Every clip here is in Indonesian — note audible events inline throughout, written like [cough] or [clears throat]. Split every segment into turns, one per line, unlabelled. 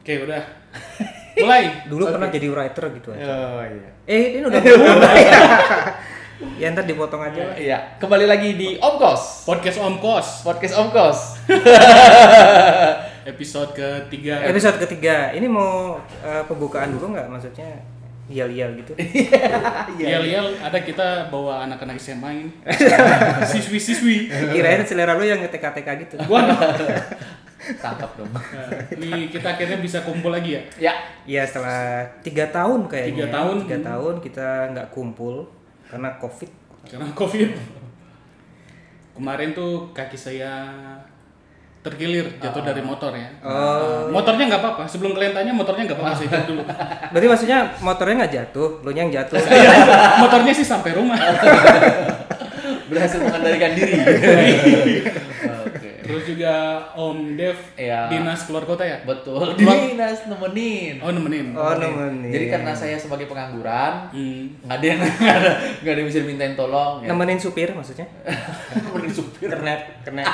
Oke udah. [laughs] Mulai.
Dulu pernah jadi writer gitu aja.
Oh iya.
Eh, ini
[laughs]
udah mulai. ya ntar dipotong aja lah.
Iya, kembali lagi di Omkos.
Podcast Omkos
Podcast Omkos.
[laughs] episode ketiga.
Episode ketiga. Ini mau eh, pembukaan dulu nggak? Maksudnya yel-yel gitu.
Yel yel ada kita bawa anak-anak SMA ini. siswi siswi.
Kirain selera lu yang ngetek-tek gitu.
Waduh.
Tangkap dong. [laughs]
Nah, Ini kita akhirnya bisa kumpul lagi ya.
Ya,
Iya setelah tiga tahun
Tiga
kayaknya.
tahun.
Tiga tahun kita nggak kumpul karena covid.
Karena covid. Kemarin tuh kaki saya terkilir jatuh dari motor ya. Nah, motornya nggak apa-apa. Sebelum kalian tanya motornya nggak apa-apa saya cek dulu.
Berarti maksudnya motornya nggak jatuh, lu nya yang jatuh.
Iya. motornya sih sampai rumah.
berhasil mengandalkan diri. [laughs] Oke.
Terus juga Om Dev
Iya.
dinas keluar kota ya.
Betul. Dinas nemenin.
Oh nemenin.
oh nemenin.
Jadi karena saya sebagai pengangguran,
Hmm.
nggak ada yang [laughs] nggak ada nggak ada yang bisa dimintain tolong. Ya.
nemenin supir
[laughs]
maksudnya.
Nemenin supir.
Kernet, kernet.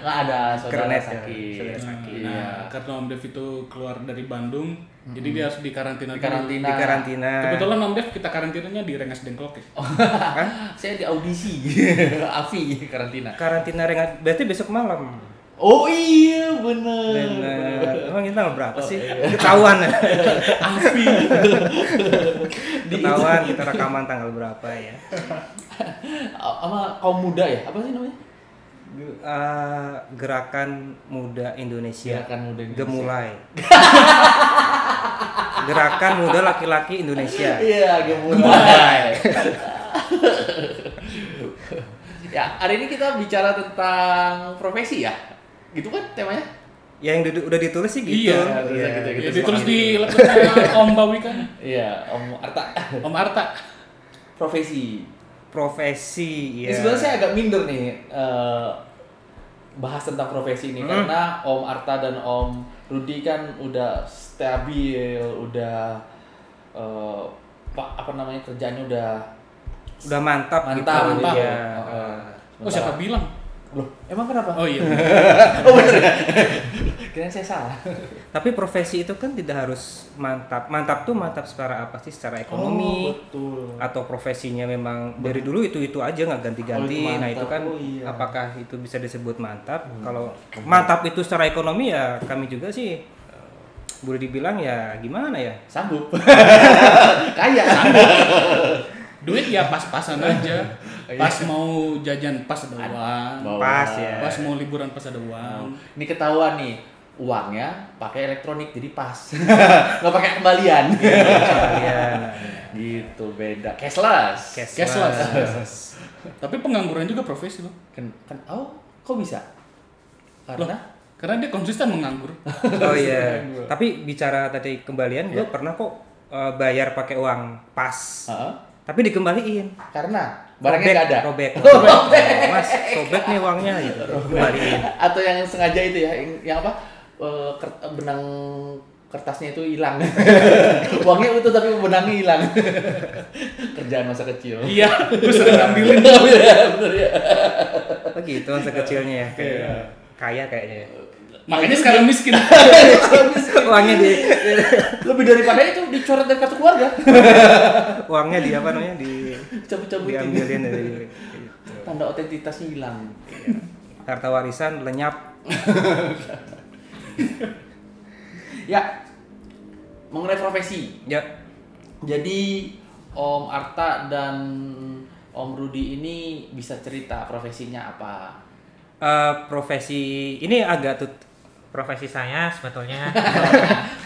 Nggak ada saudara
Kernet, ya.
sakit. Hmm, iya.
Saudara
sakit.
Nah, karena Om Dev itu keluar dari Bandung, jadi dia harus dikarantina. dulu.
Karantina.
Di karantina.
Nah, Kebetulan Om Dev kita karantinanya di Rengas Dengklok ya.
Oh, Saya di audisi. [laughs] Avi karantina.
Karantina ringan. Berarti besok malam.
Oh iya, bener. Oh, iya.
Benar. Emang kita tanggal berapa sih?
[laughs]
Ketahuan.
Afi.
Ketahuan kita rekaman tanggal berapa ya?
A- Sama kaum muda ya? Apa sih namanya?
Eh, gerakan Muda Indonesia.
Gerakan Muda Indonesia.
Gemulai. [laughs] gerakan Muda Laki-laki Indonesia.
Iya, gemulai. [laughs] ya, hari ini kita bicara tentang profesi ya. Gitu kan temanya?
Ya yang duduk- udah ditulis sih gitu.
Iya.
Iya, gitu, gitu,
Jadi terus
semangat.
di laptopnya Om Bawi kan,
Iya, Om Arta. [laughs]
Om Arta.
Profesi.
Profesi
Ini
ya.
Sebenarnya saya agak minder nih eh, bahas tentang profesi ini karena Om Arta dan Om Rudi kan udah stabil, udah eh, pa- apa namanya kerjanya udah
udah mantap, gitu.
mantap, eh,
mantap.
Iya.
Oh siapa bilang?
Loh, emang kenapa?
Oh iya.
Oh bener ya? Kirain saya salah.
Tapi profesi itu kan tidak harus mantap. Mantap tuh mantap secara apa sih? Secara ekonomi.
Oh, betul.
atau profesinya memang dari dulu itu itu aja nggak
Hmm. Oh,
ganti-ganti
itu
nah
mantap.
itu kan
Oh, iya. Hmm.
apakah itu bisa disebut mantap kalau mantap itu secara ekonomi ya kami juga sih eh, boleh dibilang ya gimana ya
Sanggup. Kaya.
Duit ya pas-pasan
Iya.
aja. Pas mau jajan pas ada uang.
Bawa.
pas ya
Pas mau liburan pas ada uang.
Ini ketahuan nih uangnya pakai elektronik jadi pas [laughs] nggak pakai kembalian
kalian
[laughs] gitu beda cashless
Cashless.
Cashless. Tapi pengangguran juga profesi loh.
kan, kan oh kok bisa
Loh,
karena
karena dia konsisten menganggur.
oh iya tapi bicara tadi kembalian gue
Iya.
pernah kok eh, bayar pakai uang pas
Heeh.
tapi dikembaliin
karena Ah. barangnya
Robek,
nggak ada [laughs] Oh,
robek, Nah,
Robek.
mas sobek nih uangnya gitu kembaliin
[laughs] atau yang sengaja itu ya yang, yang apa eh, kert- benang kertasnya itu hilang [laughs] uangnya utuh tapi benangnya hilang [laughs] kerjaan masa kecil
[laughs]
[laughs] Iya,
iya, gue sering ngambilin.
bener ya
begitu Oh, masa kecilnya ya kayak
Iya.
kaya kayaknya [laughs] ya.
Makanya sekarang miskin.
uangnya di
lebih daripada itu dicoret dari kartu keluarga [laughs]
uangnya di apa namanya di
cabut-cabutin
diambilin dari
tanda otentitasnya hilang
harta warisan lenyap
ya mengenai profesi
ya
jadi Om Arta dan Om Rudi ini bisa cerita profesinya apa [laughs]
Eh, profesi ini agak tut profesi saya
[laughs]
sebetulnya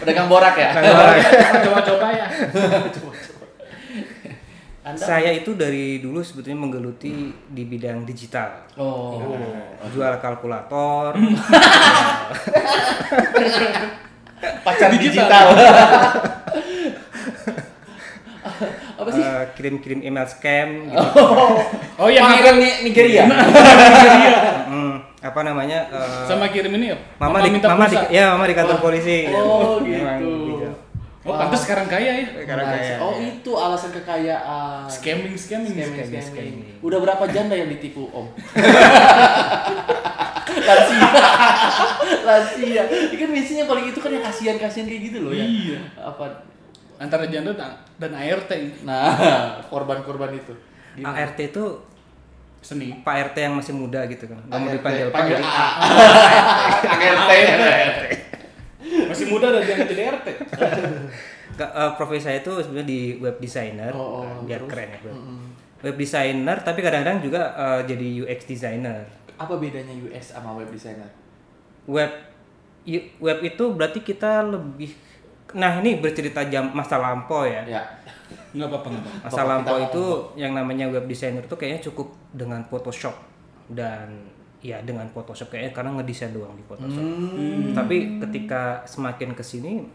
pedagang borak ya [laughs]
Coba-coba ya.
Anda
saya itu dari dulu sebetulnya menggeluti di bidang digital
oh Hmm,
jual kalkulator
pacar digital,
Digital.
[laughs] apa sih
eh, kirim-kirim email scam gitu.
[laughs] Oh yang
pangeran Ni- Eh, Nigeria
Hmm, apa namanya eh,
sama kirim ini ya.
mama di
minta
mama di
pulsa.
ya mama di kantor polisi
oh
Memang
gitu
gitu.
Oh, pantas sekarang kaya ya.
Karena
Nice.
kayak
Oh itu alasan kekayaan.
Scamming, scamming,
scamming,
Scamming,
scamming.
scamming.
Udah berapa janda yang ditipu om? [laughs] lansia, [laughs] lansia. Ini kan biasanya paling itu kan yang kasihan-kasihan kayak gitu loh ya.
Iya.
Apa?
Antara janda dan, dan ART
Nah, [laughs] korban-korban itu. Gimana?
ART itu
seni.
Pak RT yang masih muda gitu kan. Nggak mau
ART,
dipanggil Pak
panggil
RT.
AA. ART.
Masih muda dan yang jadi RT.
Nggak, eh, profesi saya itu sebenarnya di web designer.
Oh, oh,
eh, biar
terus?
keren ya. Bro. Web designer tapi kadang-kadang juga eh, jadi UX designer.
Apa bedanya US sama web designer?
Web i- web itu berarti kita lebih Nah, ini bercerita jam masa lampau ya.
Ya.
Enggak apa-apa, enggak apa-apa.
Masa
Bapak
lampau
kita
itu yang namanya web designer tuh kayaknya cukup dengan Photoshop dan ya dengan Photoshop kayaknya karena ngedesain doang di Photoshop.
Hmm.
Tapi ketika semakin kesini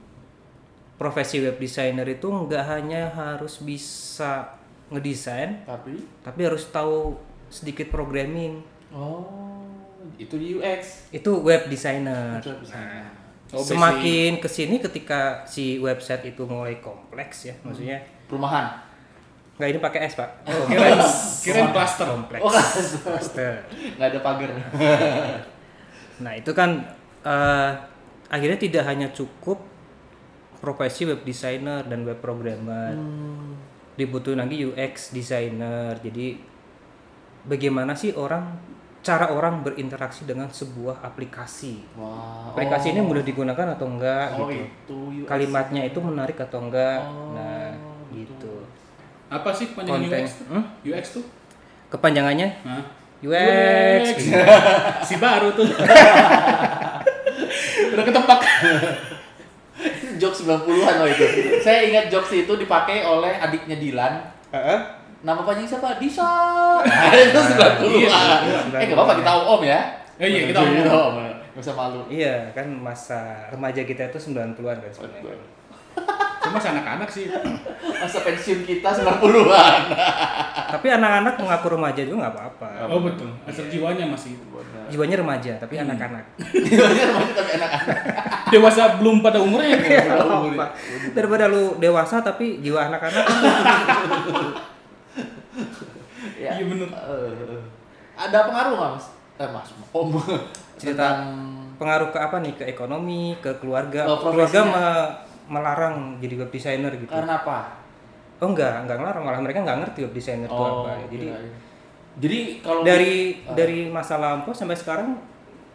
profesi web designer itu nggak hanya harus bisa ngedesain,
Tapi
tapi harus tahu sedikit programming.
oh itu di Nah, UX.
Itu web designer.
Itu web designer.
Oh, basic.
Semakin kesini ketika si website itu mulai kompleks ya, maksudnya
Perumahan.
nggak ini pakai S pak?
Kirain, kirain plaster.
kompleks.
Oh,
Master.
nggak ada pagar.
Nah itu kan eh, akhirnya tidak hanya cukup profesi web designer dan web programmer,
Hmm.
dibutuhin lagi UX designer. Jadi bagaimana sih orang cara orang berinteraksi dengan sebuah aplikasi?
Wah.
Aplikasi ini mudah digunakan atau enggak?
Oh,
gitu.
itu UX.
Kalimatnya itu menarik atau enggak?
Oh,
nah
gitu.
gitu.
Apa sih panjang
Konten.
UX? tuh?
Hmm?
UX tuh?
Kepanjangannya Gitu.
Hah? [laughs]
UX.
si baru tuh. Udah ketempak.
Kan [laughs] Jok 90-an loh itu. Saya ingat jokes itu dipakai oleh adiknya Dilan. Nama panjang siapa? Disa. Nah, [laughs] itu 90-an. eh, enggak apa-apa kita om ya.
Eh, iya, kita om.
Enggak usah malu.
Iya kan masa remaja kita itu 90-an kan sebenarnya.
Cuma masih anak-anak sih.
Masa pensiun kita 90-an.
Tapi anak-anak mengaku remaja juga nggak apa-apa.
Oh betul. Asal jiwanya masih.
Jiwanya remaja tapi anak-anak.
Gimana remaja Iya, tapi anak-anak.
Dewasa belum pada umurnya. ya? [laughs]
Apa? Daripada lu dewasa tapi jiwa anak-anak.
Ya.
Iya, bener.
Eh, Ada pengaruh nggak mas? Eh mas, om.
[laughs] Cerita.
Tentang
Pengaruh ke apa nih? Ke ekonomi, ke keluarga.
Oh,
keluarga
profesinya.
me- melarang jadi web designer gitu.
Karena apa?
Oh enggak, enggak ngelarang malah mereka nggak ngerti web designer
Oh,
itu apa. Jadi
kirain. jadi kalau
dari dari masa lampau sampai sekarang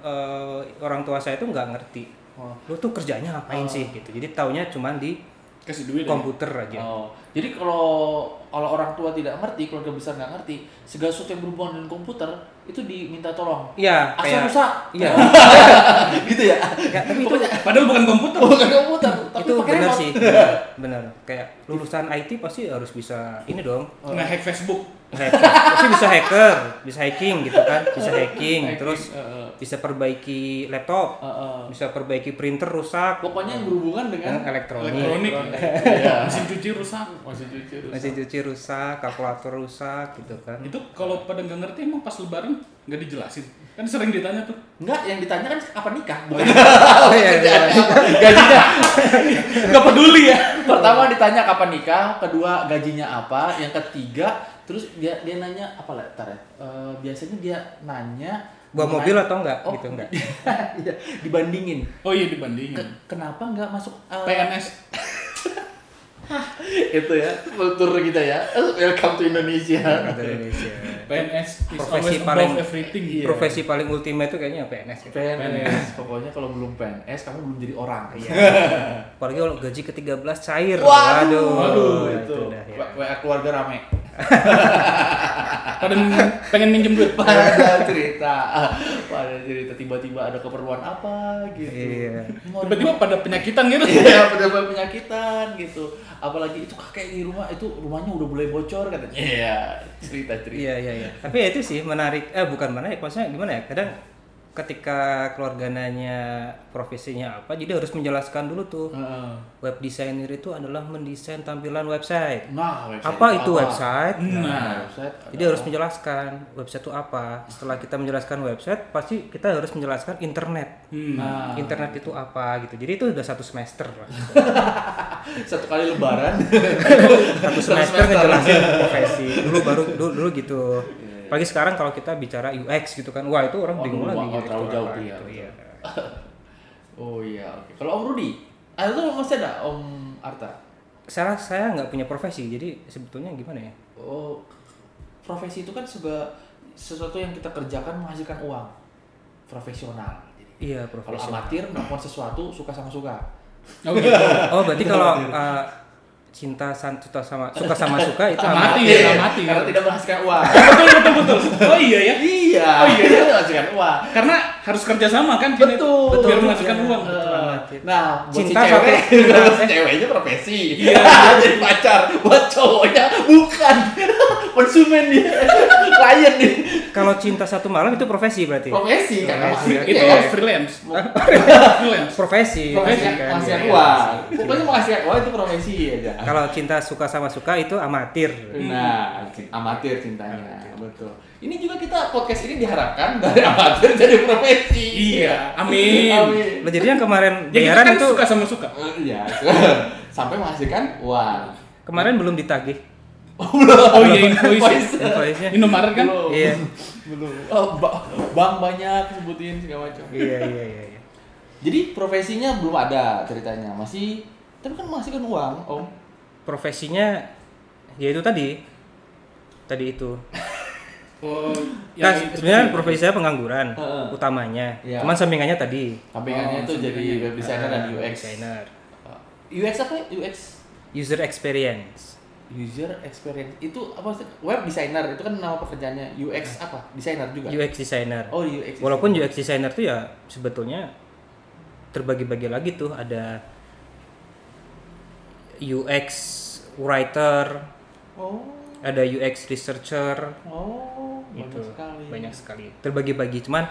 eh, orang tua saya itu nggak ngerti.
Oh.
Lu tuh kerjanya ngapain sih gitu. Jadi taunya cuman di
Kasih duit. ya.
komputer aja.
Oh, jadi kalau kalau orang tua tidak ngerti, keluarga besar nggak ngerti, segala sesuatu yang berhubungan dengan komputer itu diminta tolong.
Iya,
Asal
kayak
rusak.
Iya.
[laughs] gitu
[laughs]
ya.
Ya, tapi itu
Pokoknya
Padahal bukan komputer. [laughs]
bukan komputer, tapi
itu
pakai
benar
remote. [laughs]
sih benar, benar kayak lulusan IT pasti harus bisa ini dong
Nge-hack Facebook.
hacker pasti bisa hacker bisa hacking gitu kan bisa hacking
Hacking,
terus
eh,
bisa perbaiki laptop
Eh, eh.
bisa perbaiki printer rusak
Pokoknya yang berhubungan
dengan
dengan
Oh, elektronik
Elektronik.
[laughs]
Iya.
Mesin cuci rusak.
Masih cuci rusak.
mesin cuci rusak kalkulator rusak gitu kan
[laughs]
Itu kalau pada nggak ngerti emang pas lebaran nggak dijelasin. Kan sering ditanya tuh.
Enggak, yang ditanya kan apa nikah? Bukan.
[laughs] oh, iya, iya.
gajinya.
Nggak peduli ya.
Pertama ditanya kapan nikah, kedua gajinya apa, yang ketiga terus dia dia nanya apa lah ntar ya? Eh, biasanya dia nanya
bawa mobil atau enggak
Oh.
gitu enggak
[laughs] Iya, dibandingin
Oh iya dibandingin.
Ke- kenapa nggak masuk eh,
PNS.
itu ya kultur kita ya welcome to Indonesia
Kata Indonesia
PNS is
Profesi
always
paling- iya.
above everything.
Iya.
profesi paling ultimate itu kayaknya PNS gitu.
PNS.
PNS pokoknya kalau belum PNS kamu belum jadi orang iya
apalagi kalau gaji ke-13 cair
waduh waduh
Waduh,
itu,
dah ya.
W- WA keluarga rame
Pada
[laughs]
pengen minjem duit.
pada cerita pada cerita tiba-tiba ada keperluan apa gitu
Iya.
Mau-
Tiba-tiba pada penyakitan gitu.
[laughs] Iya, penyebab penyakitan gitu. Apalagi itu kakek di rumah itu rumahnya udah mulai bocor katanya. Iya, cerita cerita.
Iya iya iya. Tapi ya itu sih menarik. Eh bukan menarik, maksudnya gimana ya? Kadang ketika keluarganya profesinya apa jadi harus menjelaskan dulu tuh
Heeh.
web designer itu adalah mendesain tampilan website
Nah, website
apa itu website
Nah,
Nah,
website.
jadi harus menjelaskan website itu apa setelah kita menjelaskan website pasti kita harus menjelaskan internet
hmm.
Nah,
internet itu apa gitu jadi itu udah satu semester lah.
satu kali lebaran.
[laughs] satu semester ngejelasin profesi dulu baru dulu, dulu gitu pagi sekarang kalau kita bicara UX gitu kan wah itu orang
Oh,
bingung
wah,
lagi
oh,
gitu,
terlalu
apa
jauh, iya,
gitu,
betul.
iya.
oh iya, oke. Kalau Om Rudi, ada tuh masih ada Om Arta.
salah saya nggak punya profesi jadi sebetulnya gimana ya
Oh, profesi itu kan seba, sesuatu yang kita kerjakan menghasilkan uang. Profesional. Jadi,
iya
kalau
profesi
amatir melakukan sesuatu suka sama suka.
Oh gitu.
oh berarti kalau uh, cinta san- suka sama suka sama suka itu
Mati
amatir
ya, amatir.
Karena
Iya.
tidak menghasilkan uang.
[laughs]
betul betul betul. Oh iya ya.
iya.
Oh, iya.
tidak menghasilkan uang.
Karena harus kerja sama kan kita itu,
Betul.
biar
Betul,
menghasilkan
iya.
uang.
Betul, amatir.
Nah, [laughs] buat
Cinta Iya.
si cewek,
[laughs] satu-
si ceweknya profesi. [laughs] jadi pacar. Buat cowoknya bukan. [laughs] Konsumen dia. [laughs] Klien dia.
kalau cinta satu malam itu profesi berarti
Profesi
Iya,
karena
Profesi.
masih
Itu
ya.
freelance.
[laughs]
freelance.
profesi
profesi
kan,
kan, menghasilkan
iya.
uang. Pokoknya menghasilkan uang itu profesi ya, aja.
kalau cinta suka sama suka itu amatir
Nah, amatir cintanya. Betul. Ini juga kita podcast ini diharapkan dari [laughs] amatir jadi profesi.
Iya. Amin.
Amin.
Lah, jadinya kemarin
Ya kita
bayaran
kan
itu
suka sama suka.
Eh, Iya. [laughs] Sampai menghasilkan [laughs] uang.
kemarin belum ditagih
Oh iya invoice.
[laughs] Invoice.
[laughs]
invoice-nya.
Indomaret kan?
Belum.
Iya.
Belum. Oh, ba- bang banyak sebutin segala macam.
iya iya iya iya.
Jadi profesinya belum ada ceritanya. Masih tapi kan masih kan uang, Om.
profesinya ya itu tadi tadi itu
Oh,
nah
yang itu sih.
sebenarnya profesi saya pengangguran
Heeh.
utamanya
Iya.
cuman sampingannya tadi
Oh, Ah,
Sampingannya itu jadi
sampingannya.
web designer dan
Nah,
UX.
designer
UX apa? ya? UX
user experience
user experience itu apa sih web designer itu kan nama pekerjaannya UX apa designer juga
UX designer
oh UX
Iya. walaupun UX designer tuh ya sebetulnya terbagi-bagi lagi tuh ada UX writer
oh
ada UX researcher
oh banyak
gitu.
sekali
banyak sekali terbagi-bagi cuman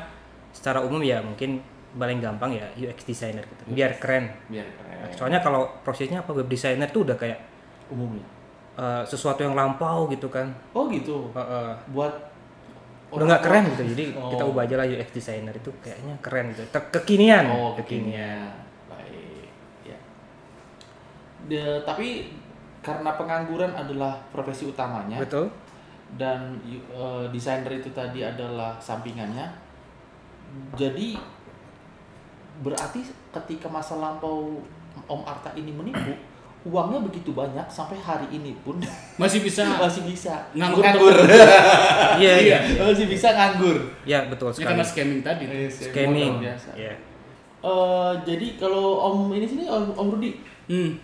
secara umum ya mungkin paling gampang ya UX designer gitu
Iya.
biar keren
biar keren
soalnya kalau prosesnya apa web designer tuh udah kayak
umumnya
eh, sesuatu yang lampau gitu kan
oh gitu
Eh, eh,
buat
udah nggak keren gitu jadi
Oh.
kita ubah aja lah UX designer itu kayaknya keren gitu Ter- kekinian
oh kekinian baik ya De- tapi karena pengangguran adalah profesi utamanya
betul
dan y- eh, desainer itu tadi adalah sampingannya. Jadi berarti ketika masa lampau Om Arta ini menipu, uangnya begitu banyak sampai hari ini pun
masih bisa
[laughs] masih bisa
Nganggur. [laughs]
[laughs]
iya iya
masih bisa nganggur.
ya betul
ya karena
sekali
scamming tadi.
scamming
biasa.
Iya.
ya
Eh, jadi kalau Om ini sini Om, Om Rudi
Hmm.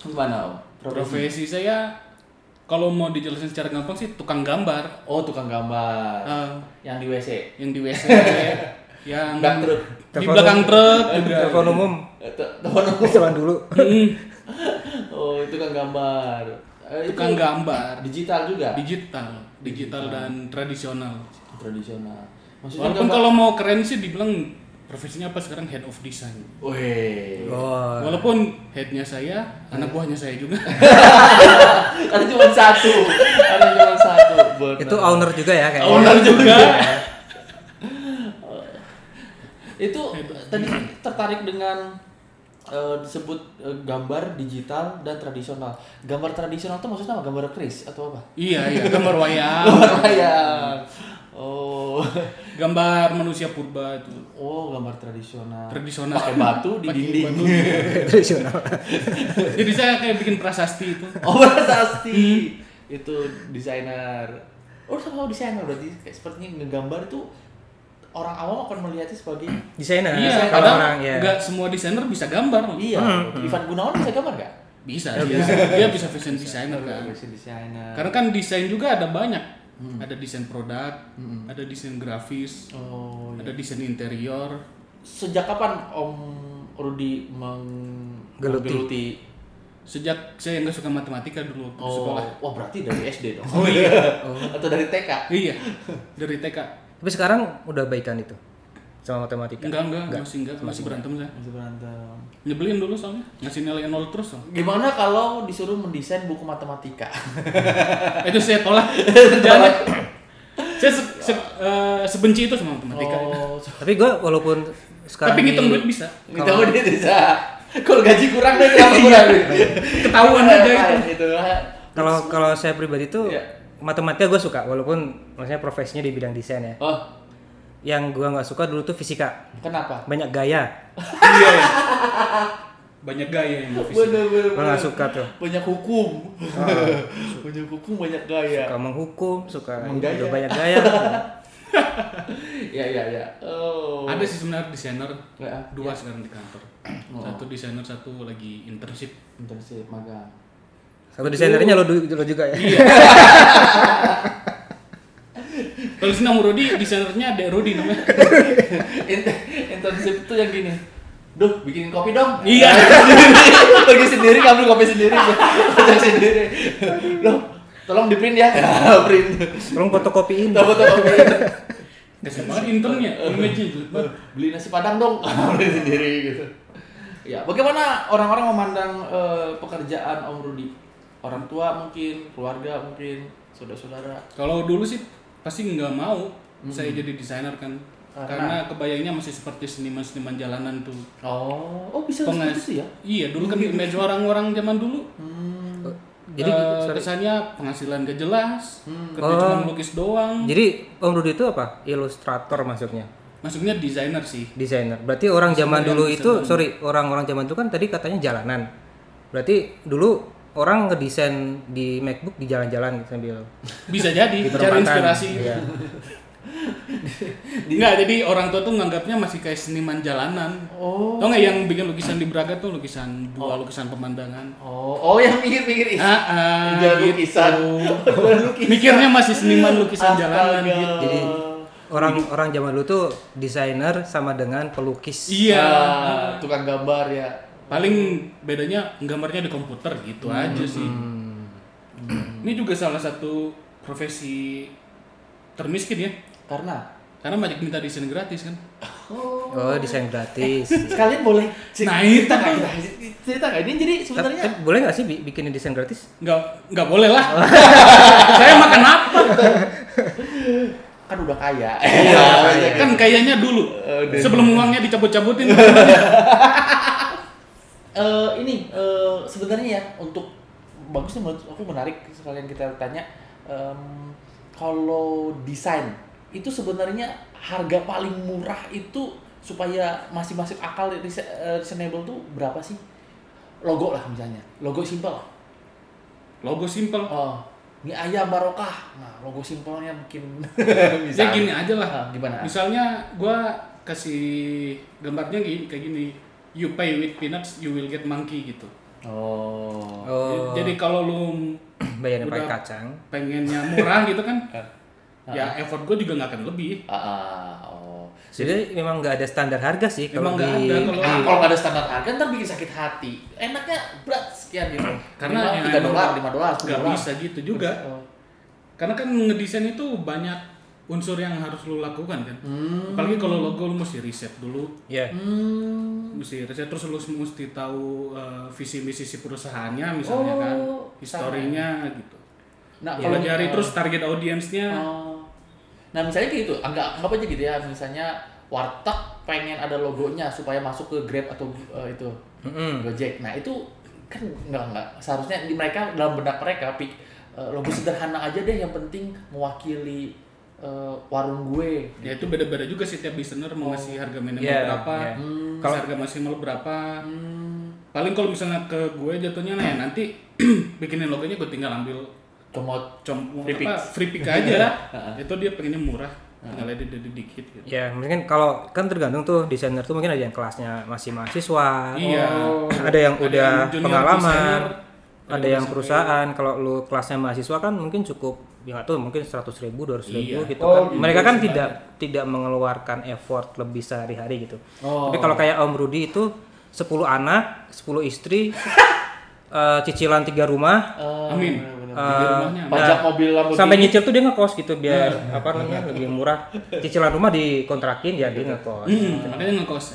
gimana Om? Profesi.
Profesi saya kalau mau dijelasin secara gampang sih tukang gambar.
Oh tukang gambar
Eh,
yang di WC.
yang di
[laughs]
WC, yang
Belakang truk.
di belakang truk juga.
telepon umum
Eh, te- teman Om. [laughs]
telepon dulu
Oh tukang gambar. Eh, itu
Tukang gambar
digital juga.
digital, digital dan tradisional.
tradisional. Maksudnya
Walaupun
gambar-
kalau mau keren sih dibilang profesinya apa sekarang head of design.
Weh.
oh
Walaupun headnya saya,
Iya.
anak buahnya saya
[laughs]
juga.
Ada cuma satu. Ada cuma satu. Benar.
itu owner juga ya kayaknya Iya.
Owner juga. Itu tadi tertarik dengan eh, disebut eh, gambar digital dan tradisional. Gambar tradisional itu maksudnya apa? Gambar keris
[laughs]
atau apa?
iya, iya, gambar wayang,
Gambar wayang. Oh.
gambar manusia purba itu
Oh, gambar tradisional.
tradisional
Pakai batu di
Pakai
dinding.
batu.
tradisional
Jadi saya kayak bikin prasasti itu.
[laughs] Oh prasasti Hmm. itu desainer. Oh sama desainer berarti kayak sepertinya ngegambar itu orang awam akan melihatnya sebagai
desainer
Iya,
kalau
kadang
orang ya
nggak semua desainer bisa gambar.
iya. Ivan Gunawan bisa gambar nggak? Iya.
Bisa, dia, dia bisa fashion designer kan.
Fashion designer.
Karena kan desain juga ada banyak. Ada desain produk, ada desain grafis,
Oh. iya.
ada desain interior.
Sejak kapan Om Rudi menggeluti?
Geluti.
Sejak saya nggak suka matematika dulu waktu di
Oh,
sekolah.
wah berarti dari SD dong. Oh iya. [laughs] Atau dari TK.
Iya, dari TK.
tapi sekarang udah baikan itu sama matematika?
Enggak, enggak, masih enggak, masih berantem saya.
Masih berantem.
Nyebelin dulu soalnya, ngasih nilai nol terus. soalnya.
Gimana kalau disuruh mendesain buku matematika?
itu saya tolak kerjaannya. saya se- se- eh, sebenci itu sama matematika.
Oh, so-
Tapi gue walaupun sekarang
Tapi ngitung
di-
duit bisa.
kita mau dia bisa. Kalau gaji kurang deh, kenapa kurang?
Ketahuan aja itu.
itu.
Kalau kalau saya pribadi tuh
Iya.
matematika gue suka walaupun maksudnya profesinya di bidang desain ya.
Oh,
Yang gue nggak suka dulu tuh fisika.
kenapa?
Banyak gaya.
Iya. ya. Banyak gaya yang mau fisik.
Bener-bener.
Gue nggak suka tuh.
Banyak hukum. [laughs] banyak hukum, banyak
Iya.
gaya.
Suka menghukum, suka
Menggaya.
udah banyak gaya.
Iya, iya, iya. Oh.
Ada sih sebenarnya desainer
Ya, Oh.
dua sekarang di kantor. Satu desainer, satu lagi internship.
internship magang.
Satu desainernya lo, du- lo juga ya.
Iya. Kalau senang Rudi, desainernya ada Rudi
[laughs]
namanya.
[laughs] Inter- internship tuh yang gini. Duh, bikinin kopi dong. [laughs]
Iya.
Pergi sendiri, ngambil kopi sendiri. [laughs] Kocok sendiri. Duh, tolong di print ya. print.
Tolong fotokopiin.
Tahu tahu kopi.
Kasian banget internnya, image-nya jelek banget.
Beli nasi padang dong. [laughs] print sendiri gitu. Ya, bagaimana orang-orang memandang eh, pekerjaan Om Rudi? Orang tua mungkin, keluarga mungkin, saudara-saudara.
Kalau dulu sih pasti nggak mau
Hmm.
saya jadi desainer kan.
Karena?
Karena kebayangnya masih seperti seniman-seniman jalanan tuh.
Oh, oh bisa
Pengas-
seperti itu ya?
Iya, dulu kan image orang-orang zaman dulu
Hmm.
Jadi
eh,
sorry.
kesannya penghasilan gak jelas,
Hmm.
kerja
Oh.
cuma melukis doang.
Jadi Om Rudi itu apa? Ilustrator maksudnya.
Masuknya desainer sih.
desainer. Berarti orang zaman
Desainer,
dulu itu,
desainer.
sorry, orang-orang zaman itu kan tadi katanya jalanan. Berarti dulu orang ngedesain di MacBook di jalan-jalan sambil
Bisa jadi
di
cari
perempatan.
inspirasi. [laughs]
Iya.
Enggak, jadi orang tua tuh nganggapnya masih kayak seniman jalanan.
Oh.
Tau nggak yang bikin lukisan di Braga tuh lukisan dua lukisan pemandangan.
Oh, oh yang mikir-mikir ih. [laughs]
Ah, ah,
Jual
gitu.
lukisan. Jual lukisan.
[laughs] Mikirnya masih seniman lukisan jalanan
Astaga.
gitu.
Jadi orang
Iya.
orang zaman dulu tuh desainer sama dengan pelukis.
Iya.
Ah, tukang gambar ya.
Paling bedanya gambarnya di komputer gitu
Hmm.
aja sih. Ini juga salah satu profesi termiskin ya.
Karena
Karena banyak minta desain gratis kan.
Oh, desain gratis.
Eh,
sekalian boleh cer-
Nah, itu Kan-
cerita nggak
tuh.
kita- cerita nggak ini jadi
Tapi-
sebenarnya
tapi boleh nggak sih bi- bikin desain gratis?
Nggak, nggak boleh
[laughs]
lah. Saya makan apa?
kan [laughs] udah kaya. iya,
kan kayaknya dulu.
Udah.
Sebelum uangnya dicabut-cabutin.
[laughs] Eh, ini eh, sebenarnya ya untuk bagusnya menurut aku menarik sekalian kita tanya Em, kalau desain itu sebenarnya harga paling murah itu supaya masih masuk akal rese- eh, reasonable tuh berapa sih logo lah misalnya logo simple
Logo simple.
oh mie ayam barokah nah logo simpelnya mungkin [laughs]
Ya
misalnya
gini aja lah.
Ah, gimana?
Misalnya gua kasih gambarnya gini kayak gini. You pay with peanuts, you will get monkey gitu.
oh
Oh,
iya, Jadi kalau lu
bayarin pakai
udah.
kacang.
pengennya murah gitu kan,
[laughs]
ya effort gue juga nggak akan lebih.
Ah, ah, oh
Jadi memang nggak ada standar harga sih kalau
Emang nggak
di
ada kalau-
Ah, kalau nggak ada standar harga ntar bikin sakit hati. Enaknya berat sekian gitu.
Karena
tiga
yang
dolar, lima dolar, sepuluh
Nggak
dolar.
bisa gitu juga.
Oh.
Karena kan ngedesain itu banyak unsur yang harus lu lakukan kan. Apalagi kalau logo lu mesti riset dulu,
Iya.
Hmm.
mesti riset terus lu mesti tahu eh, visi misi si perusahaannya misalnya
Oh,
kan,
sama.
historinya gitu.
Nah, kalau
Pelajari terus target audiensnya.
Oh. Nah, misalnya kayak gitu, anggap anggap aja gitu ya. Misalnya warteg pengen ada logonya supaya masuk ke Grab atau eh, itu
Mm-mm.
Gojek. Nah, itu kan nggak nggak seharusnya di mereka dalam benak mereka pik eh, logo sederhana aja deh yang penting mewakili eh, warung gue.
Ya itu beda-beda juga sih tiap desainer mau
Oh.
ngasih harga minimal
Iya,
berapa,
iya.
Hmm.
kalau harga maksimal berapa. Paling kalau misalnya ke gue jatuhnya nah ya nanti [clears throat] bikinin logonya gue tinggal ambil Nah.
Comot.
com
Free
free apa free pick aja. itu dia pengennya murah, tinggal edit edit dikit gitu.
Ya, mungkin kalau kan tergantung tuh desainer tuh mungkin ada yang kelasnya masih mahasiswa, Oh.
Iya.
ada yang
Ada
udah
yang junior
pengalaman,
designer, ada
ada
yang
yang perusahaan. Kalau lu kelasnya mahasiswa kan mungkin cukup ya nggak tahu mungkin 100.000 ribu, 200 ribu
Iya.
gitu kan. Mereka kan tidak tidak mengeluarkan effort lebih sehari-hari gitu.
Oh.
Tapi kalau kayak Om Rudi itu 10 anak, 10 istri, [laughs] eh, cicilan tiga rumah,
Eh,
Amin.
Ah, bener-bener.
Kalau
Eh,
di rumahnya
Pak-
Pajak mobil Lamborghini.
sampai nyicil tuh dia ngekos gitu
Nah.
biar apa namanya lebih murah cicilan rumah dikontrakin ya dia ngekos
Hmm, makanya ngekos.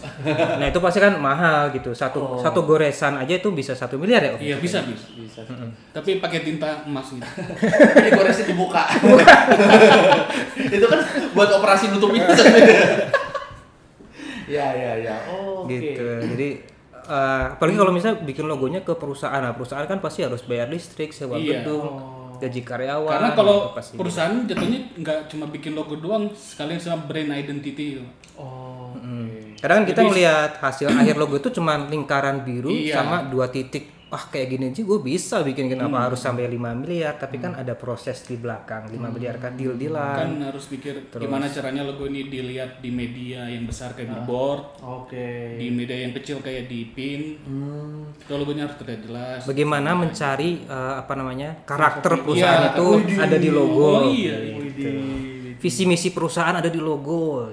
nah itu pasti kan mahal gitu satu satu goresan aja itu bisa satu miliar ya Om?
Oh. Iya bisa bisa.
bisa.
Tapi pakai tinta emas gitu.
Ini goresnya di muka. [laughs] itu kan buat operasi nutup itu. ya ya ya. Oh, oke.
gitu jadi eh, apalagi kalau misalnya bikin logonya ke perusahaan nah perusahaan kan pasti harus bayar listrik sewa
Iya.
gedung gaji karyawan
Karena kalau
gitu pasti.
perusahaan jatuhnya nggak cuma bikin logo doang, sekalian sama brand identity. Gitu.
Oh.
kadang kan kita melihat hasil akhir logo itu cuma lingkaran biru
Iya.
sama dua titik wah kayak gini aja gue bisa bikin kenapa
Hmm.
harus sampai 5 miliar tapi kan ada proses di belakang 5 miliar kan deal dealan
Hmm. Kan harus pikir gimana caranya logo ini dilihat di media yang besar kayak billboard,
Oke.
di media yang kecil kayak di pin. Kalau logonya harus terlihat jelas.
bagaimana mencari eh, apa namanya karakter perusahaan itu ada di gitu. logo
Oh iya.
Widih.
visi misi perusahaan ada di logo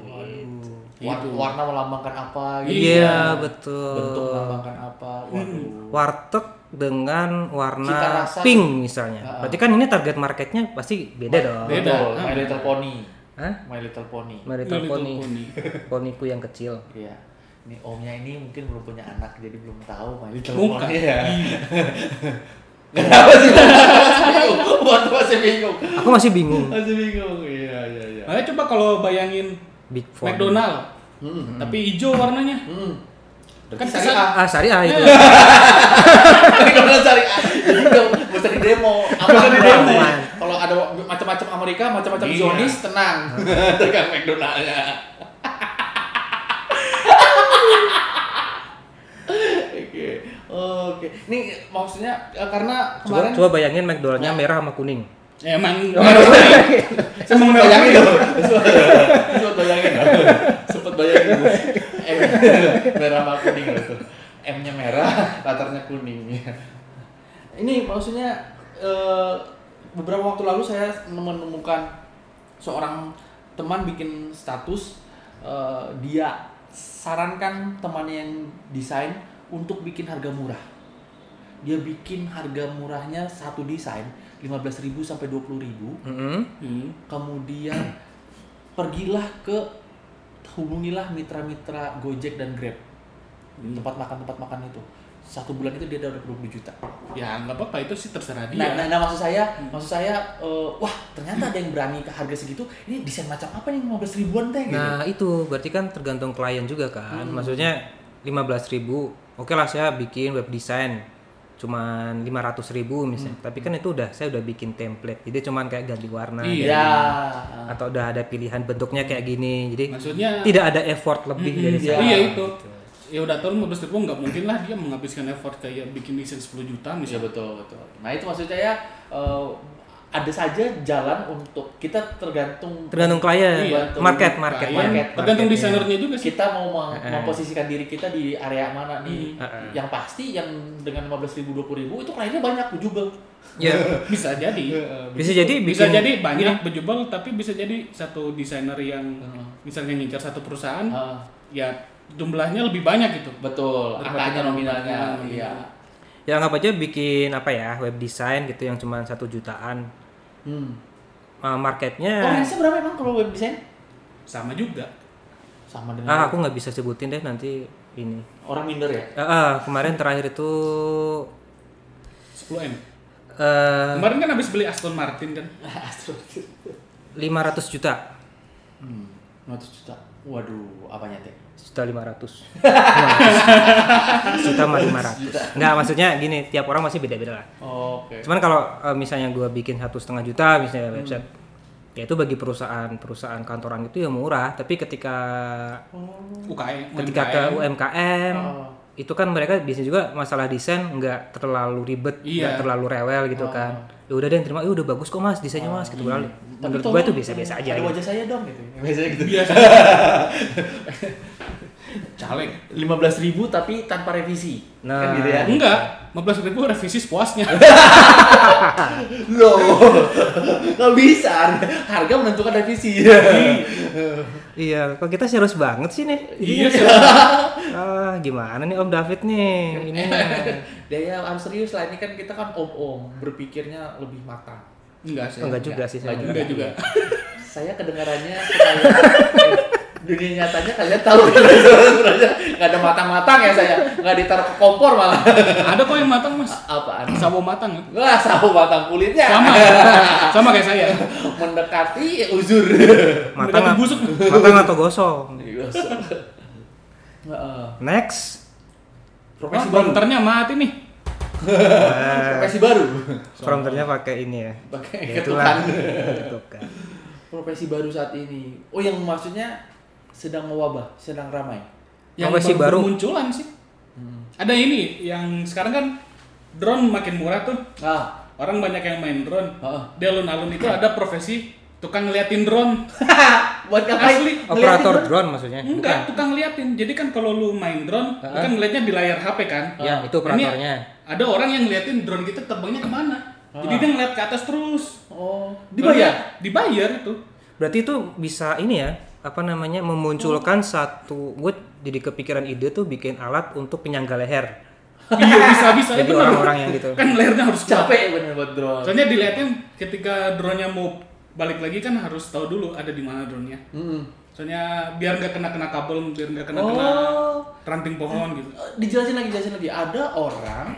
War- warna melambangkan apa gitu.
iya betul
Bentuk melambangkan apa. Waduh.
warteg dengan
Cita
warna
rasa.
pink misalnya. Berarti kan ini target marketnya pasti beda dong.
Beda.
Betul, My Little Pony.
Hah?
My Little Pony.
My Little
Little
Pony. [laughs]
Pony.
Poniku yang kecil.
Iya. Ini omnya ini mungkin belum punya anak jadi belum tahu My Little
Bukan.
Pony. Iya. [laughs] Kenapa sih? Buat masih bingung.
Aku masih bingung.
Masih bingung. Iya, iya, iya.
Makanya coba kalau bayangin
Big Four.
McDonald, tapi hijau warnanya.
Hmm.
Kan
Kan
kesan-
saya
Ah, syariah itu.
Iya, McDonald cari A. Jadi nggak bisa di demo. Aman,
di
berarti.
demo.
Kalau ada macam-macam Amerika, macam-macam
Iya.
Zionis, tenang.
[laughs]
Tegang McDonaldnya. Oke, oke. Ini maksudnya eh, karena
Coba,
kemarin Iya.
coba bayangin McDonaldnya merah sama kuning.
Ya, [laughs] emang
Kan sempat bayangin dong. sempat bayangin dong. sempat bayangin M merah sama kuning loh tuh M nya merah latarnya kuning ini maksudnya eh, beberapa waktu lalu saya menemukan seorang teman bikin status eh, dia sarankan temannya yang desain untuk bikin harga murah dia bikin harga murahnya satu desain 15.000 sampai 20.000
Mm-mm.
Hmm.
kemudian pergilah ke hubungilah mitra-mitra Gojek dan Grab tempat makan tempat makan itu satu bulan itu dia dapat 20 juta.
Ya nggak apa-apa itu sih terserah dia.
Nah, nah, nah, maksud saya, maksud saya, eh, wah ternyata ada yang berani ke harga segitu. Ini desain macam apa nih 15 ribuan teh gitu.
Nah, itu berarti kan tergantung klien juga kan. Maksudnya 15.000. Oke lah saya bikin web design cuman 500.000 misalnya. Tapi kan itu udah saya udah bikin template. Jadi cuman kayak ganti warna.
Iya.
ya,
atau udah ada pilihan bentuknya kayak gini jadi
Maksudnya
tidak ada effort lebih dari
iya.
saya
Iya itu. Ya udah tahun 15 ribu nggak mungkin lah dia menghabiskan effort kayak bikin desain 10 juta
ya
misalnya.
betul betul. Nah itu maksud saya eh, ada saja jalan untuk kita tergantung
tergantung klien
Iya,
market
tergantung
market
Kayak
market,
tergantung
marketnya.
desainernya juga sih.
kita mau mem- memposisikan diri kita di area mana
Hmm.
nih yang pasti yang dengan 15.000 ribu itu kliennya banyak juga
Iya.
ya
[laughs] Bisa jadi.
bisa jadi
Iya, Bisa
bikin-
jadi banyak bejubel tapi bisa jadi satu desainer yang misalnya ngincar satu perusahaan ya jumlahnya lebih banyak gitu.
betul angkanya nominalnya
nominal,
iya
ya anggap aja bikin apa ya web design gitu yang cuma satu jutaan
hmm.
Eh,
Oh,
marketnya
range-nya berapa emang kalau web design
Sama juga.
sama dengan
ah aku nggak bisa sebutin deh nanti ini
orang minder ya
Eh, eh, kemarin terakhir itu
10M.
eh
Kemarin kan habis beli Aston Martin kan.
500 juta
hmm. 100 juta waduh apanya teh
juta lima ratus [laughs] juta sama lima ratus nggak maksudnya gini tiap orang masih beda beda lah
oke
cuman kalau eh, misalnya gua bikin satu setengah juta misalnya website ya itu bagi perusahaan perusahaan kantoran itu ya murah tapi ketika
UKM.
ketika ke UMKM
Oh.
itu kan mereka biasanya juga masalah desain nggak terlalu ribet nggak
Iya.
terlalu rewel gitu kan ya udah deh terima ya udah bagus kok mas desainnya mas
Oh,
gitu
iya.
kan menurut
tolong,
gua itu biasa biasa aja
ada
gitu.
wajah saya dong gitu [laughs] biasanya gitu
[laughs] biasa. Caleg.
15.000 tapi tanpa revisi
Nah.
kan gitu ya
Enggak, 15 ribu revisi sepuasnya.
Loh, [laughs] nggak bisa. Harga menentukan revisi. [laughs]
Iya, kok kita serius banget sih nih?
Iya, serius.
Ah, gimana nih Om David nih?
[laughs]
Ini
Iya.
Dia ya, I'm serius lah. Ini kan kita kan om-om berpikirnya lebih matang.
Enggak sih.
Oh, enggak juga sih saya.
Enggak juga.
Saya kedengarannya [laughs] kayak eh, dunia nyatanya kalian tahu [laughs] sebenarnya nggak ada matang-matang ya saya nggak ditaruh ke kompor malah [laughs]
Ada kok yang matang, Mas.
apaan
Sawo matang. ya.
wah sawo matang kulitnya
Sama. Sama kayak saya.
[laughs] mendekati [laughs] uzur
Mendekati
Matang
busuk.
matang atau gosong?
Heeh.
[laughs]
Next.
Mas
profesi baru
prompternya Oh, mati nih.
Eh,
profesi baru
prompternya pakai ini ya.
pakai
Eh,
Ya,
ketukan
Ketukan.
profesi baru saat ini oh yang maksudnya sedang mewabah sedang ramai
Profesi baru.
munculan sih. Ada ini yang sekarang kan drone makin murah tuh.
ah
Orang banyak yang main drone.
Heeh.
Di alun-alun itu ada profesi tukang ngeliatin drone.
[laughs] buat ngapain
Asli.
Ngeliatin
Operator
doang?
drone maksudnya?
Enggak, tukang ngeliatin. Jadi kan kalau lu main drone, lu kan ngeliatnya di layar HP kan.
Ya, itu operatornya.
Ini ada orang yang ngeliatin drone kita terbangnya kemana. Jadi dia ngeliat ke atas terus.
oh Ah. dibayar
Lalu dia- Dibayar itu.
Berarti itu bisa ini ya, apa namanya memunculkan satu gue jadi kepikiran ide tuh bikin alat untuk penyangga leher.
[laughs]
Iya bisa bisa
Jadi orang-orang yang gitu.
Kan layarnya harus kuat.
capek ya bener buat drone
Soalnya dilihatin ketika drone-nya mau balik lagi kan harus tahu dulu ada di mana drone-nya.
Mm-mm.
Soalnya biar nggak kena kena kabel, biar nggak kena kena
oh
ranting pohon gitu.
Eh, dijelasin lagi jelasin lagi ada orang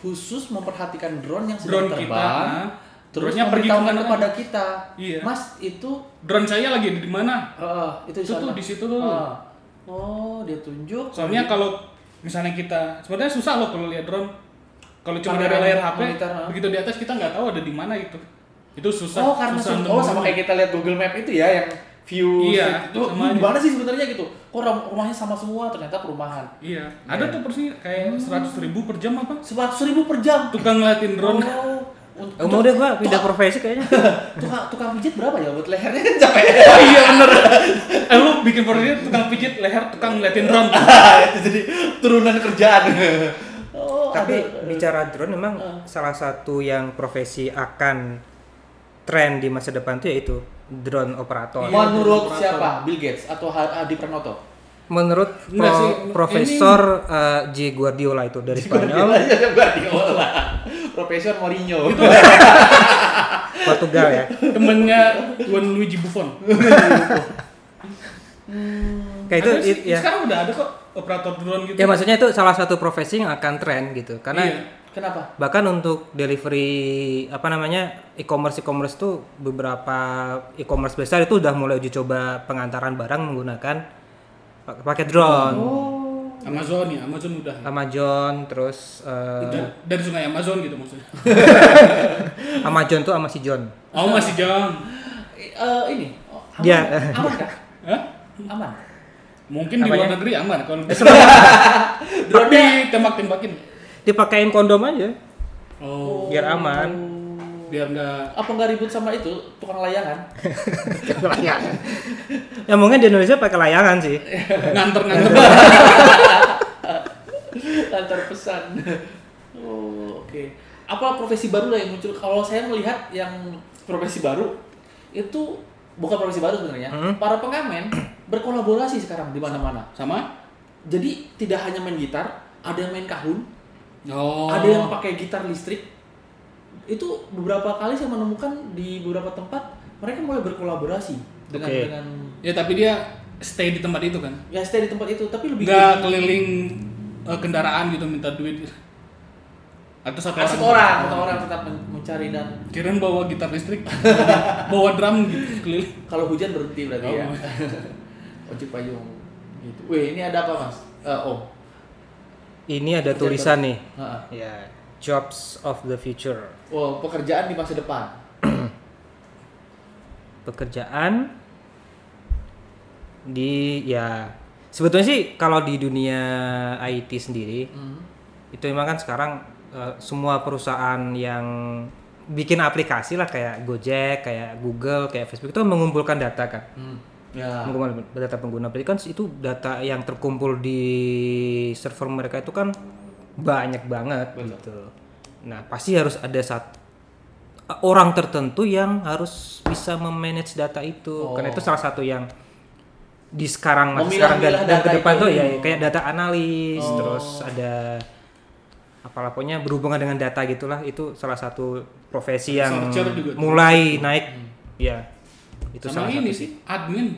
khusus memperhatikan drone yang
Drone
sedang
kita,
terbang
nah.
terus
Drone-nya pergi
memberitahukan
kemana?
kepada kita
Iya.
mas itu
Drone saya lagi ada di mana?
Heeh, itu di
Itu tuh
sana.
di situ tuh.
Ah. Oh, dia tunjuk.
Soalnya kalau misalnya kita sebenarnya susah loh kalau lihat drone. Kalau cuma dari
Pameran
layar HP,
monitor, ah.
begitu di atas kita nggak tahu ada di mana itu. Itu susah.
oh, karena
susah
sus-
untuk
oh
nemuin.
sama kayak kita lihat Google Map itu ya yang view
Iya,
itu
sama
di
aja.
mana sih sebenarnya gitu. Kok rum- rumahnya sama semua ternyata perumahan.
Iya, ada tuh persis
Hmm.
kayak seratus ribu per jam apa?
Seratus ribu per jam.
Tukang ngeliatin drone. Eh,
Oh, untuk-
Oh, mau deh gua pindah profesi kayaknya.
tukang tukang pijit berapa ya buat lehernya [laughs] kan capek.
Oh iya bener. eh lu bikin portfolio tukang pijit leher tukang ngeliatin drone.
[laughs] itu jadi turunan kerjaan. [laughs] Oh,
Tapi
ada-
bicara drone memang salah satu yang profesi akan tren di masa depan tuh yaitu drone operator.
Iya.
menurut
operator.
siapa? Bill Gates atau Ha-
[laughs]
Hadi Pranoto?
Menurut
Enggak
Pro-
sih,
Profesor eh, J Guardiola itu dari Spanyol,
Guardiola. Profesor
Iya,
Mourinho. [laughs]
Itu
Portugal ya.
temennya Tuan Luigi Buffon.
Kayak itu
Ada sih,
it- ya.
Sekarang udah ada kok operator drone gitu.
Ya maksudnya itu salah satu profesi yang akan tren gitu. Karena
Iya.
Kenapa?
bahkan untuk delivery apa namanya e-commerce e-commerce tuh beberapa e-commerce besar itu udah mulai uji coba pengantaran barang menggunakan pak- pakai drone
Amazon ya, Amazon udah.
Eh. Amazon terus eh,
Dari, dari sungai Amazon gitu maksudnya.
Amazon tuh sama si John
Oh masih jam.
Eh, ini oh, aman,
Dia.
aman kah?
Hah?
Aman.
Mungkin di
Apanya?
luar negeri aman kalau
[laughs]
drone ditembak-tembakin.
dipakein kondom aja
Oh,
biar aman
biar
[laughs]
nggak
Oh. Apa nggak ribut sama itu tukang layangan?
ya mungkin di Indonesia pakai layangan sih
nganter-nganter.
Antar pesan. Oh, oke. Apa profesi baru lah yang muncul? Kalau saya melihat yang profesi baru itu bukan profesi baru sebenarnya.
Hmm?
Para pengamen berkolaborasi sekarang di mana-mana.
Sama?
Jadi tidak hanya main gitar, ada yang main kahun,
Oh.
ada yang pakai gitar listrik. Itu beberapa kali saya menemukan di beberapa tempat mereka mulai berkolaborasi dengan
Oke.
dengan
Ya tapi dia stay di tempat itu kan.
ya stay di tempat itu tapi lebih
nggak keliling eh, kendaraan gitu minta duit atau satu orang,
asik orang atau orang tetap men- mencari dan
kirain bawa gitar listrik bawa drum gitu keliling
kalau hujan berhenti berarti ya [laughs]
Oh.
ojek payung gitu weh ini ada apa mas Eh, oh
ini ada tulisan nih
Heeh.
ya jobs of the future
Wow, Oh, pekerjaan di masa depan
pekerjaan di ya sebetulnya sih kalau di dunia IT sendiri
Hmm.
itu memang kan sekarang eh, semua perusahaan yang bikin aplikasi lah kayak Gojek, kayak Google, kayak Facebook itu mengumpulkan data kan
Iya.
ya
mengumpulkan data pengguna berarti kan itu data yang terkumpul di server mereka itu kan banyak banget gitu nah pasti harus ada satu orang tertentu yang harus bisa memanage data itu karena
Oh.
itu salah satu yang di sekarang mas sekarang dan,
Memilah-milah
dan ke
data
depan
itu.
tuh ya kayak data analis
Oh.
terus ada apalah pokoknya berhubungan dengan data gitulah itu salah satu profesi yang
Researcher juga tuh.
mulai naik ya itu
sama
salah
ini
satu
sih admin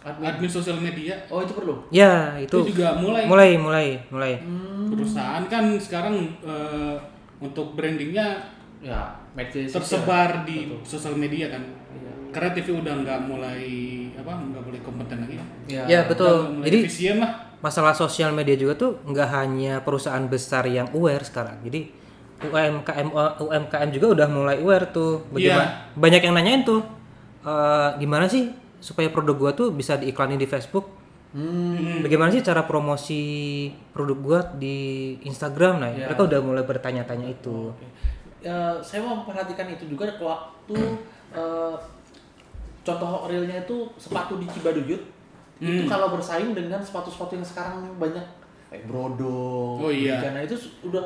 admin, sosial media
Oh itu perlu.
ya itu
itu juga Hmm. mulai
mulai mulai mulai
perusahaan kan sekarang eh, untuk brandingnya
Ya, media sosial.
tersebar di sosial media kan
Iya.
karena TV udah nggak mulai apa nggak mulai kompeten lagi
Ya.
ya
Udah nggak
betul
mulai
jadi
efisien lah
masalah sosial media juga tuh nggak hanya perusahaan besar yang aware sekarang jadi UMKM eh, UMKM juga udah mulai aware
Iya.
tuh bagaimana banyak yang nanyain tuh eh, gimana sih supaya produk gua tuh bisa diiklanin di Facebook
Hmm.
bagaimana sih cara promosi produk gua di
Iya.
Instagram nah mereka udah mulai bertanya-tanya itu
Eh, saya mau memperhatikan itu juga waktu eh, contoh realnya itu sepatu di Cibaduyut itu
Hmm.
kalau bersaing dengan sepatu-sepatu yang sekarang banyak kayak Brodo,
Oh, iya.
karena itu su- udah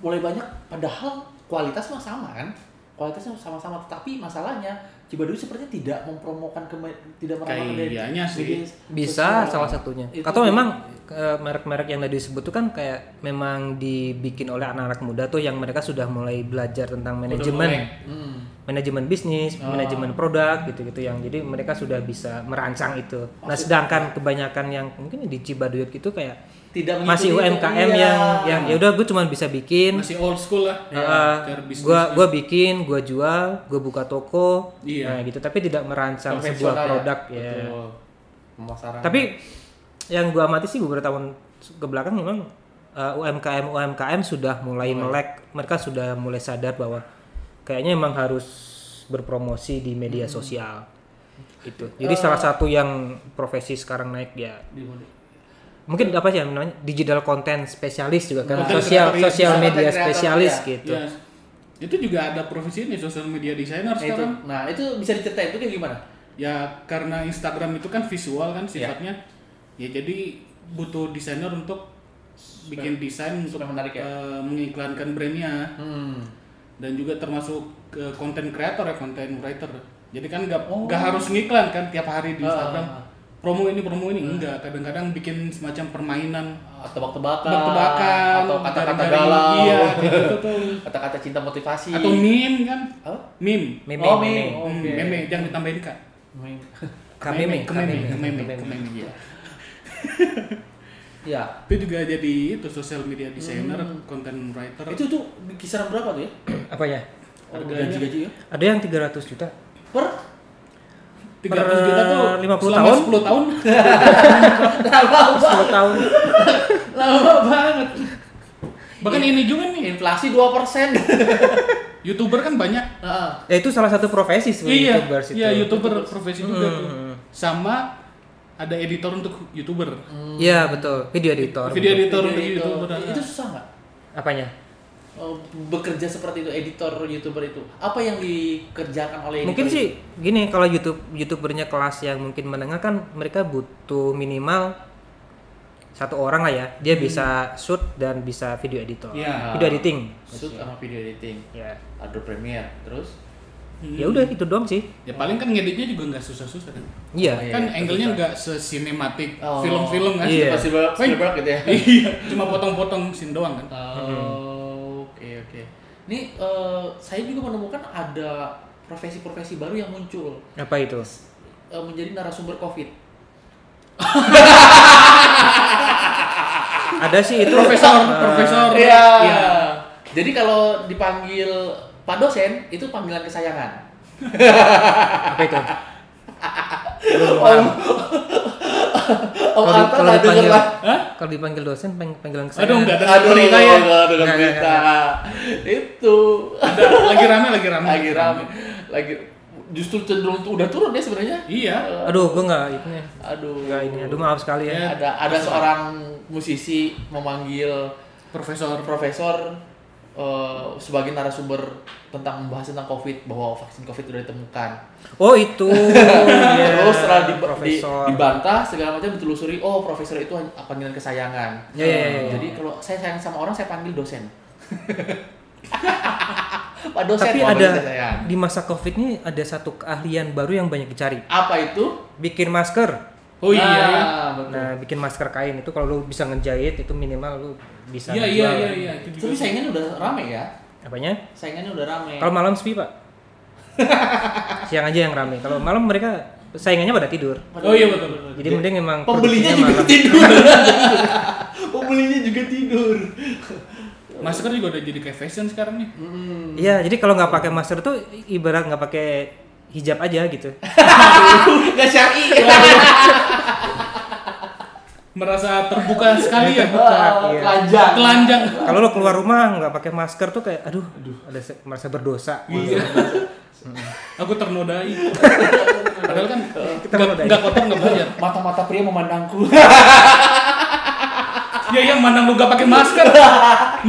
mulai banyak padahal kualitas mah sama kan kualitasnya sama-sama tetapi masalahnya Cibaduyut sepertinya tidak mempromokan ke tidak meramalkan
Kayaknya sih.
bisa salah satunya atau memang eh, merek-merek yang tadi disebut tuh kan kayak memang dibikin oleh anak-anak muda tuh yang mereka sudah mulai belajar tentang manajemen
Hmm.
manajemen bisnis,
Oh.
manajemen produk gitu-gitu yang jadi mereka sudah bisa merancang itu. Nah, sedangkan kebanyakan yang mungkin di Cibaduyut itu kayak
tidak
masih
mengikuti itu,
UMKM
iya.
yang yang ya udah gue cuma bisa bikin
masih old school lah
ya,
eh,
cara bisnis
gua gua bikin, gua jual, gua buka toko.
Iya.
Nah, gitu tapi tidak merancang sebuah
Konvensional ya.
produk ya.
Betul. Pemasaran.
Tapi yang gua amati sih beberapa tahun ke belakang memang eh, UMKM UMKM sudah mulai melek, mereka sudah mulai sadar bahwa kayaknya emang harus berpromosi di media sosial. Itu. Jadi salah satu yang profesi sekarang naik ya. Mungkin apa sih yang namanya digital content spesialis juga kan
Content
sosial
creator,
sosial
content
media
creator,
spesialis
ya.
gitu.
Iya. itu juga ada profesi nih sosial media designer
Nah, itu,
sekarang
nah itu bisa diceritain itu kayak gimana?
ya karena Instagram itu kan visual
Iya.
kan sifatnya ya jadi butuh desainer untuk bikin desain untuk
supaya menarik ya?
eh, mengiklankan brandnya
Hmm.
dan juga termasuk ke konten creator ya konten writer jadi kan nggak
Oh.
nggak harus ngiklan kan tiap hari
Ah,
di Instagram promo ini promo ini enggak kadang-kadang bikin semacam permainan
Tebak-tebakan,
tebak-tebakan
atau kata-kata
dari-dari-
Ah. galau, [laughs]
iya kayak gitu tuh
kata-kata cinta motivasi,
atau meme kan
Apa?
meme
Meme,
oh,
meme.
meme.
Hmm,
Oke.
meme jangan ditambahin kak
Meme.
Kameme,
ke meme
kameme.
ke meme ke meme iya.
[laughs] Iya.
itu juga jadi itu social media designer content writer
Hmm. Itu tuh di kisaran berapa tuh ya?
Apanya?
Harganya.
gaji ya?
Ada yang 300 juta.
Per?
30
per
juta tuh
50
selama
tahun?
10 tahun [laughs]
Lama
10 tahun.
[laughs] Lama banget. Iya.
bahkan ini juga nih
Inflasi 2%. [laughs] persen.
youtuber kan banyak
Ya itu salah satu profesi sebenarnya
iya
YouTubers itu.
iya youtuber profesi juga tuh sama ada editor untuk youtuber
Iya, betul. Video editor.
video editor untuk
itu,
youtuber
itu susah nggak?
Apanya?
Eh, Bekerja seperti itu editor youtuber itu apa yang dikerjakan oleh
Mungkin
editor
sih gini kalau YouTube youtubernya kelas yang mungkin menengah kan mereka butuh minimal satu orang lah ya. Dia bisa shoot dan bisa video editor.
Iya.
Video editing.
itu? shoot sama video editing
Ya.
Adobe Premiere terus
Ya udah itu doang sih.
ya paling kan ngeditnya juga nggak susah-susah kan
Iya.
kan angle-nya nggak sesinematik
Oh.
film-film kan
Iya.
pasti Spielberg, Spielberg gitu ya
[laughs] Iya, cuma potong-potong scene doang kan
Oh, [laughs] oke oke. Ini eh, saya juga menemukan ada profesi-profesi baru yang muncul
Apa itu?
eh, menjadi narasumber COVID.
Ada sih itu
profesor profesor
Iya. Jadi kalau dipanggil Pak dosen itu panggilan kesayangan.
apa itu?
Om Om
Kalau di-
Arta
kalau
lah denger
dipanggil
lah.
kalau dipanggil dosen peng- panggilan saya.
aduh nggak ada
Aduh,
berita ya
nggak dengar
Nggak, nggak,
berita. Itu
ada lagi rame lagi rame
lagi rame, lagi justru cenderung tuh udah turun ya sebenarnya.
iya
Aduh, gua enggak itu.
Aduh.
Enggak ini. Aduh, maaf sekali ya.
ada ada seorang musisi memanggil
profesor
profesor eh, sebagai narasumber tentang membahas tentang covid bahwa vaksin covid sudah ditemukan
Oh itu. Iya.
terus Oh, setelah di, di,
profesor.
dibantah segala macam ditelusuri oh profesor itu hanya panggilan kesayangan
Ya, ya, ya,
Eh,
ya.
jadi kalau saya sayang sama orang saya panggil dosen [laughs] Pak dosen,
Tapi
Pak
ada
dosen sayang.
di masa covid ini ada satu keahlian baru yang banyak dicari.
Apa itu?
Bikin masker.
Oh iya
Nah,
ya.
betul.
Nah, bikin masker kain itu kalau lu bisa ngejahit itu minimal lu bisa
Iya
jual.
iya iya iya. itu
Tapi
juga.
saingannya udah rame ya.
Apanya?
Saingannya udah rame.
Kalau malam sepi, Pak. Siang aja yang rame. Kalau malam mereka saingannya pada tidur.
Oh iya betul. betul.
Jadi mending emang
Pembelinya
produksinya
juga
malam.
tidur. Pembelinya juga tidur.
Masker juga udah jadi kayak fashion sekarang nih.
Iya, jadi kalau nggak pakai masker tuh ibarat nggak pakai hijab aja gitu.
Gak syar'i.
Merasa terbuka sekali ya.
Ah,
iya.
Telanjang.
Telanjang.
Kalau lo keluar rumah nggak pakai masker tuh kayak aduh, ada se- merasa berdosa.
Iya. Aku ternodai. Padahal kan
Kita
nggak-
menodai.
nggak kotor nggak bayar.
Mata-mata pria memandangku.
Ya yang mandang lu nggak pakai masker,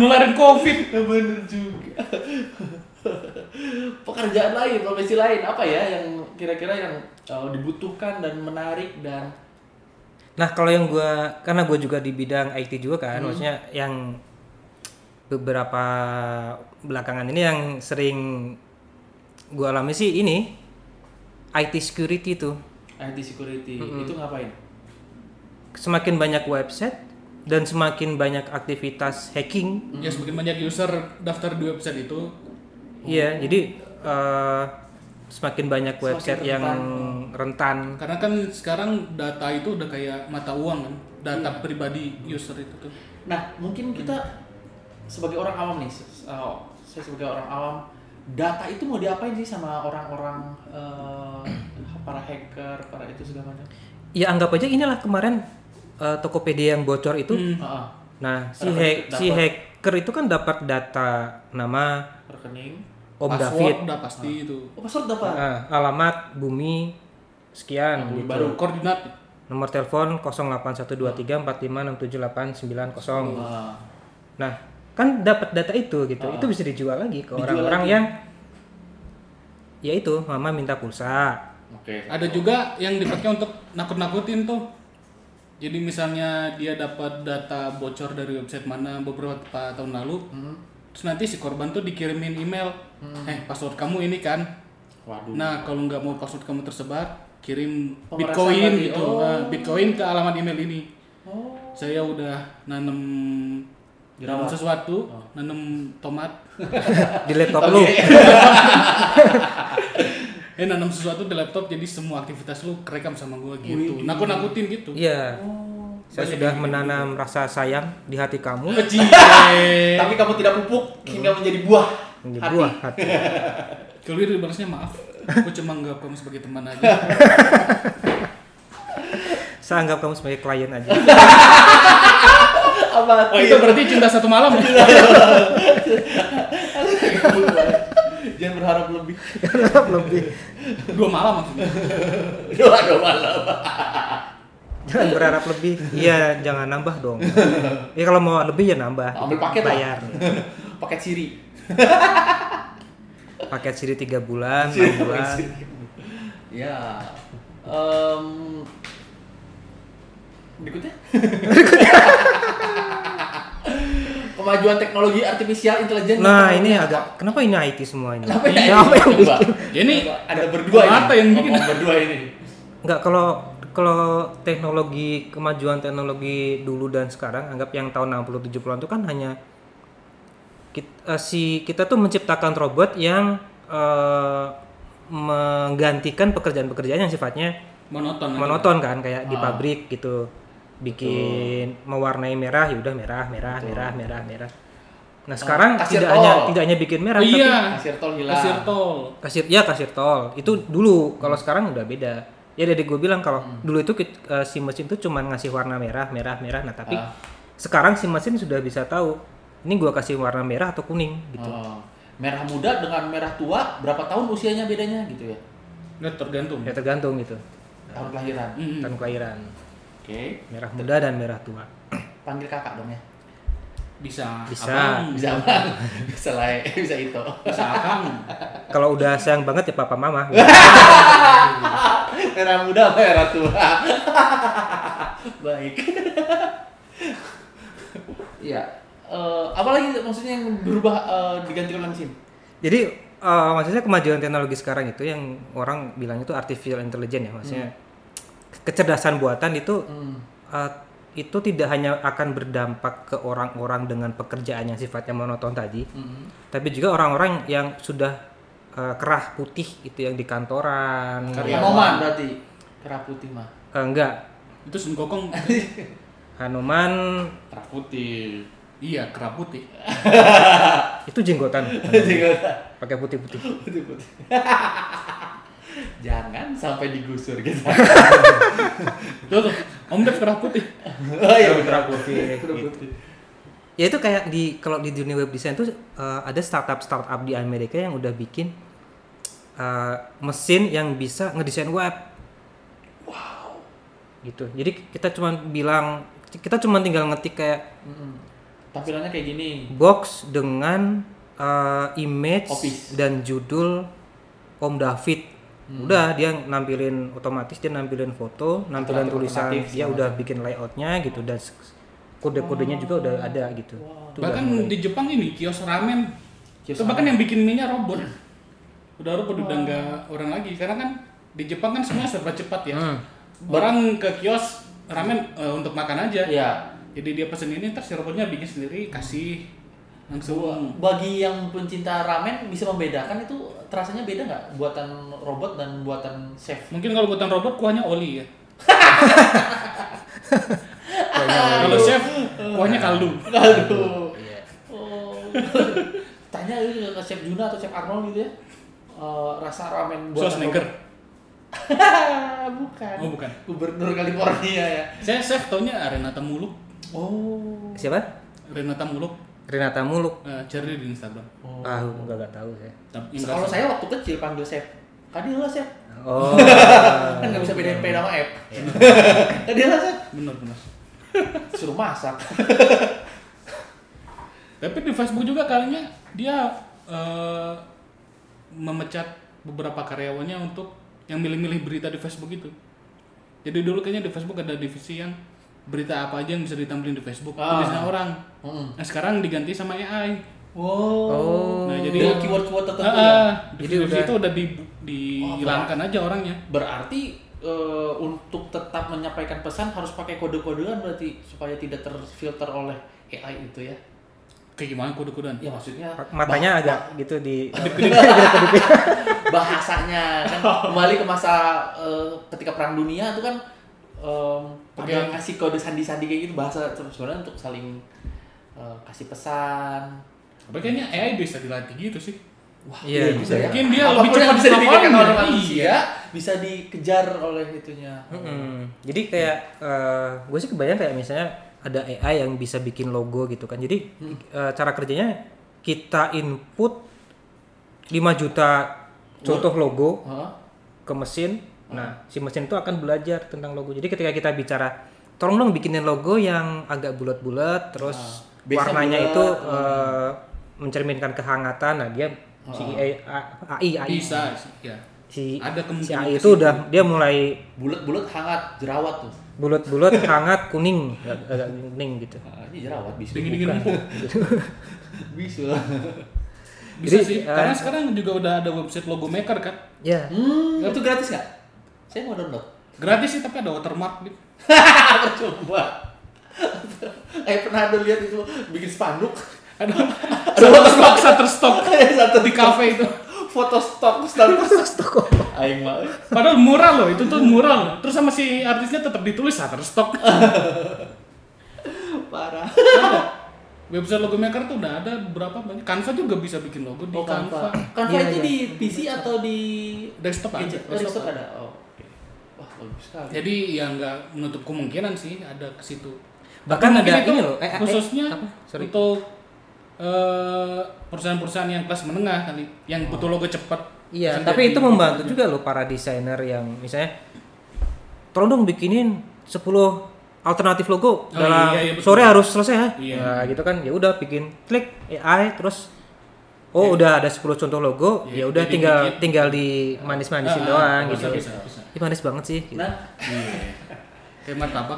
nularin covid.
Bener juga. [laughs] Pekerjaan lain, profesi lain apa ya yang kira-kira yang uh, dibutuhkan dan menarik dan
Nah, kalau yang gua karena gua juga di bidang IT juga kan, maksudnya yang beberapa belakangan ini yang sering gua alami sih ini IT security tuh.
eh, IT security itu ngapain?
Semakin banyak website dan semakin banyak aktivitas hacking
Ya semakin banyak user daftar di website itu
Iya, jadi eh, semakin banyak website yang rentan.
karena kan sekarang data itu udah kayak mata uang kan, data
Iya.
pribadi user itu tuh.
Nah, mungkin kita sebagai orang awam nih, se- uh, saya sebagai orang awam, data itu mau diapain sih sama orang-orang uh, para hacker, para itu segala [laughs] macam?
Ya anggap aja inilah kemarin eh, Tokopedia yang bocor itu.
Ah, ah.
Nah, si
Dapat-
hack si
dapat.
hacker itu kan dapat data nama
rekening.
Om David, Ah.
Password udah pasti itu.
Oh, password dapat.
eh, alamat bumi sekian gitu.
baru.
Koordinat.
Nomor telepon 081234567890.
Ah.
Nah, kan dapat data itu gitu. Itu bisa dijual lagi ke
Dijual
orang-orang
lagi.
yang ya itu mama minta pulsa
Oke.
Ada juga yang dipakai untuk nakut-nakutin tuh. Jadi misalnya dia dapat data bocor dari website mana beberapa tahun lalu,
Hmm.
terus nanti si korban tuh dikirimin email, eh password kamu ini kan.
Waduh.
Nah kalau nggak mau password kamu tersebar, kirim
Pemerasan
bitcoin
lagi.
gitu,
Oh.
Nah, bitcoin ke alamat email ini.
Oh.
saya udah nanem nanam
Jerawat. Oh.
sesuatu, nanem tomat,
di laptop lu.
ya.
eh nanam sesuatu di laptop jadi semua aktivitas lu kerekam sama gua gitu. Nakut-nakutin gitu.
Iya.
Oh,
Saya
Banyak
sudah
gitu.
menanam rasa sayang di hati kamu,
Kecil.
Tapi kamu tidak pupuk hingga menjadi buah.
di
Hati.
buah hati.
Kalau itu dibalasnya maaf, gua cuma nggak kamu sebagai teman aja.
Saya anggap kamu sebagai klien aja.
[laughs]
[laughs]
Apa?
Oh itu berarti cinta satu malam ya?
Jangan berharap [laughs] lebih.
Lebih.
Dua malam maksudnya.
Doa doa malam.
Jangan berharap lebih. Iya, jangan nambah dong. Ya kalau mau lebih ya nambah.
Ambil paket lah.
bayar.
Paket siri.
Paket siri 3 bulan, 6 bulan.
Ya. Em berikutnya. [laughs] Kemajuan teknologi artificial intelligence.
Nah, ini agak kenapa ini IT semua ini?
Kenapa ya?
Kenapa yang
Coba.
bikin?
Ini
Ada berdua ini.
mata yang bikin.
Ngomong berdua ini.
Enggak kalau kalau teknologi kemajuan teknologi dulu dan sekarang anggap yang tahun 60 70-an itu kan hanya kita, si kita tuh menciptakan robot yang eh, menggantikan pekerjaan-pekerjaan yang sifatnya
monoton. aja.
monoton kan kayak
Ah.
di pabrik gitu bikin mewarnai merah ya udah merah merah merah merah merah. Nah, sekarang
Ah, kasir
tidak
tol.
hanya tidak hanya bikin merah
Oh,
tapi
iya.
Kasir tol hilang.
Kasir tol.
kasir ya kasir tol
Hmm.
itu dulu kalau sekarang udah beda ya dari gue bilang kalau dulu itu kit- eh, si mesin tuh cuman ngasih warna merah merah merah nah tapi
Ah.
sekarang si mesin sudah bisa tahu ini gua kasih warna merah atau kuning gitu
Oh. Merah muda dengan merah tua berapa tahun usianya bedanya gitu ya?
Nggak tergantung.
ya tergantung gitu
Tahun kelahiran. Oke.
Mm-mm.
tahun kelahiran merah muda dan merah tua
Panggil kakak dong ya.
Bisa.
Bisa.
Abang.
Bisa apa? bisa lae, [laughs] bisa itu.
Bisa akang.
kalau
Iya.
udah sayang banget ya papa
[laughs]
mama gitu.
Merah muda, merah tua. [laughs] Baik. Iya. Eh, apalagi maksudnya yang berubah eh, digantikan oleh mesin?
Jadi eh, maksudnya kemajuan teknologi sekarang itu yang orang bilangnya itu artificial intelligence ya maksudnya ke- kecerdasan buatan itu eh, itu tidak hanya akan berdampak ke orang-orang dengan pekerjaan yang sifatnya monoton tadi, tapi juga orang-orang yang sudah eh, kerah putih itu yang di kantoran,
Karena
yang-
Noman berarti kerah putih mah.
eh, enggak
Itu sengkokong.
Hanuman
Kerah putih.
iya, kerap putih.
itu jenggotan
Jenggotan.
pakai putih-putih.
Putih putih. [laughs] Jangan sampai digusur gitu.
Tuh tuh, Om Dev kerap putih.
oh iya
Kerah
kerah
putih,
putih. Kerah
gitu.
putih.
ya itu kayak di kalau di dunia web design tuh uh, ada startup startup di Amerika yang udah bikin uh, mesin yang bisa ngedesain web gitu jadi kita cuma bilang kita cuma tinggal ngetik kayak
Mm-mm. Tampilannya kayak gini.
box dengan uh, image
Opis.
dan judul Om David udah dia nampilin otomatis dia nampilin foto nampilin
Alternatif,
tulisan
alternatif,
dia udah bikin layoutnya gitu dan s- kode-kodenya juga udah ada gitu Itu udah
Bahkan di Jepang ini kios ramen.
Kios
itu bahkan yang bikin minyak robot. Udah robot udah nggak orang lagi karena kan di Jepang kan semuanya serba cepat ya.
Hmm.
Barang ke kios ramen eh, untuk makan aja.
Iya.
Jadi dia pesen ini terus si robotnya bikin sendiri kasih
uh,
langsung.
Bagi yang pencinta ramen bisa membedakan itu rasanya beda nggak buatan robot dan buatan chef?
Mungkin kalau buatan robot kuahnya oli ya.
banyak.
Kalau chef
Hmm.
kuahnya kaldu.
[laughs] Aduh. Oh. [laughs] Tanya itu ke Chef Juna atau Chef Arnold gitu ya. Eh, rasa ramen buatan
Schwarzenegger.
robot. [laughs] bukan.
Oh, bukan.
Gubernur California ya.
Saya chef taunya Renata Muluk.
Oh.
siapa
Renata Muluk
Renata Muluk
eh, cari di Instagram.
oh.
Ah, enggak enggak tahu saya.
Tapi enggak
Kalau
tahu.
saya waktu kecil panggil Chef. Kadila Chef.
Oh.
Kan [laughs] nggak bisa bedain P sama F. [laughs] Kadila Chef.
benar benar.
Suruh masak.
Tapi di Facebook juga kalinya dia eh, memecat beberapa karyawannya untuk yang milih-milih berita di Facebook itu. Jadi dulu kayaknya di Facebook ada divisi yang berita apa aja yang bisa ditampilin di Facebook
Ah.
tulisnya orang.
Mm.
Nah sekarang diganti sama AI.
Wow.
oh.
Nah jadi
Dengan keyword-keyword tertentu
Ah,
ya.
ah,
Jadi
divisi
udah-
itu udah di, dihilangkan aja orangnya.
Berarti eh, untuk tetap menyampaikan pesan harus pakai kode-kodean berarti supaya tidak terfilter oleh AI itu ya.
Kayak gimana kode-kodean?
Ya
[laughs]
maksudnya
[laughs] Matanya agak gitu di
bahasanya kan kembali ke masa eh, ketika perang dunia itu kan em,
Pakai-
ada ngasih kode sandi-sandi kayak gitu bahasa sebenarnya untuk saling eh, kasih pesan.
Tapi kayaknya AI bisa dilatih gitu sih.
Wah, ya.
Iya, bisa.
Mungkin dia lebih
Apapun yang
cepat
bisa
sama
dipikirkan
orang,
oleh
iya.
manusia bisa dikejar oleh itunya.
Mm-mm. Hmm. Jadi kayak eh, gue sih kebayang kayak misalnya ada AI yang bisa bikin logo gitu kan. Jadi eh, cara kerjanya kita input 5 juta contoh logo
Hah?
ke mesin.
Hmm.
Nah, si mesin itu akan belajar tentang logo. Jadi ketika kita bicara, tolong dong bikinin logo yang agak bulat-bulat, terus
Ah,
base-nya
warnanya
bulat,
itu eh, mencerminkan kehangatan. Nah, dia si AI, AI,
Ah. Bisa sih, ya.
si,
Ada
si
kemungkinan
AI
ke
itu
situ.
udah dia mulai
Bulat-bulat hangat jerawat tuh.
bulat-bulat, hangat, kuning, agak- agak kuning gitu.
Ah, ini jerawat bisu.
Dingin-dingin empuk.
[laughs] Bisu.
Bisa
Jadi,
sih. Karena sekarang juga udah ada website logo maker kan.
Ya,
Hmm, itu gratis nggak? Saya mau [laughs] download.
Gratis sih tapi ada watermark gitu.
Ah, Coba. [laughs] Eh pernah ada lihat itu bikin spanduk [laughs]
[laughs]
Ada ada watermark satu stok
satu
di kafe itu.
foto stok status stok. [laughs] Aing mah. eh.
Padahal murah loh, itu tuh murah loh. Terus sama si artisnya tetap ditulis satu stok.
Parah.
Website logo maker tuh udah ada berapa banyak. Canva juga bisa bikin logo di
Oh, Canva.
Canva.
Canva
Iya,
itu
iya.
di PC atau di
Desktop aja.
gadget? Oh, desktop ada. Oh. oke. Wah, bagus sekali.
Jadi ya nggak menutup kemungkinan sih ada ke situ.
Bahkan
Tapi mungkin
ada
itu
ini loh, eh, eh,
khususnya
apa? Sorry.
untuk eh, perusahaan-perusahaan yang kelas menengah kali, yang butuh logo cepat.
iya.
Bisa
Tapi
jadi- gitu.
itu membantu juga loh para desainer yang misalnya, tolong dong bikinin 10 alternatif
Oh,
logo dalam
iya, iya, betul.
sore harus selesai ya.
Iya.
Nah, gitu kan. Ya udah bikin klik AI terus oh udah ada 10 contoh logo,
Iya,
ya udah
jadi
tinggal
dikit.
tinggal di
Ah,
manis-manisin doang
bisa,
gitu.
Bisa, bisa.
Ih, manis banget sih. gitu.
Nah,
Iya. Kayak martabak.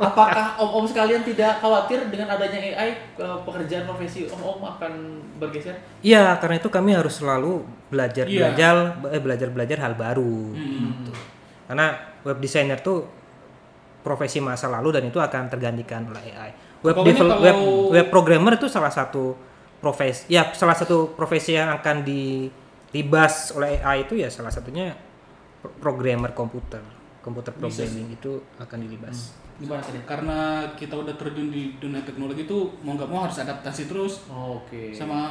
Apakah om-om sekalian tidak khawatir dengan adanya AI eh, pekerjaan profesi om-om akan bergeser?
Iya, karena itu kami harus selalu belajar
Iya.
belajar eh, belajar belajar hal baru. gitu. Karena web designer tuh profesi masa lalu dan itu akan tergantikan oleh AI. Web
Pokoknya
devel-
kalau-
web web programmer itu salah satu profesi ya salah satu profesi yang akan dilibas oleh AI itu ya salah satunya pro- programmer komputer. Komputer programming itu akan dilibas.
Mm.
Gimana tadi?
Karena kita udah terjun di dunia teknologi itu mau nggak mau harus adaptasi terus
Oh, Oke.
sama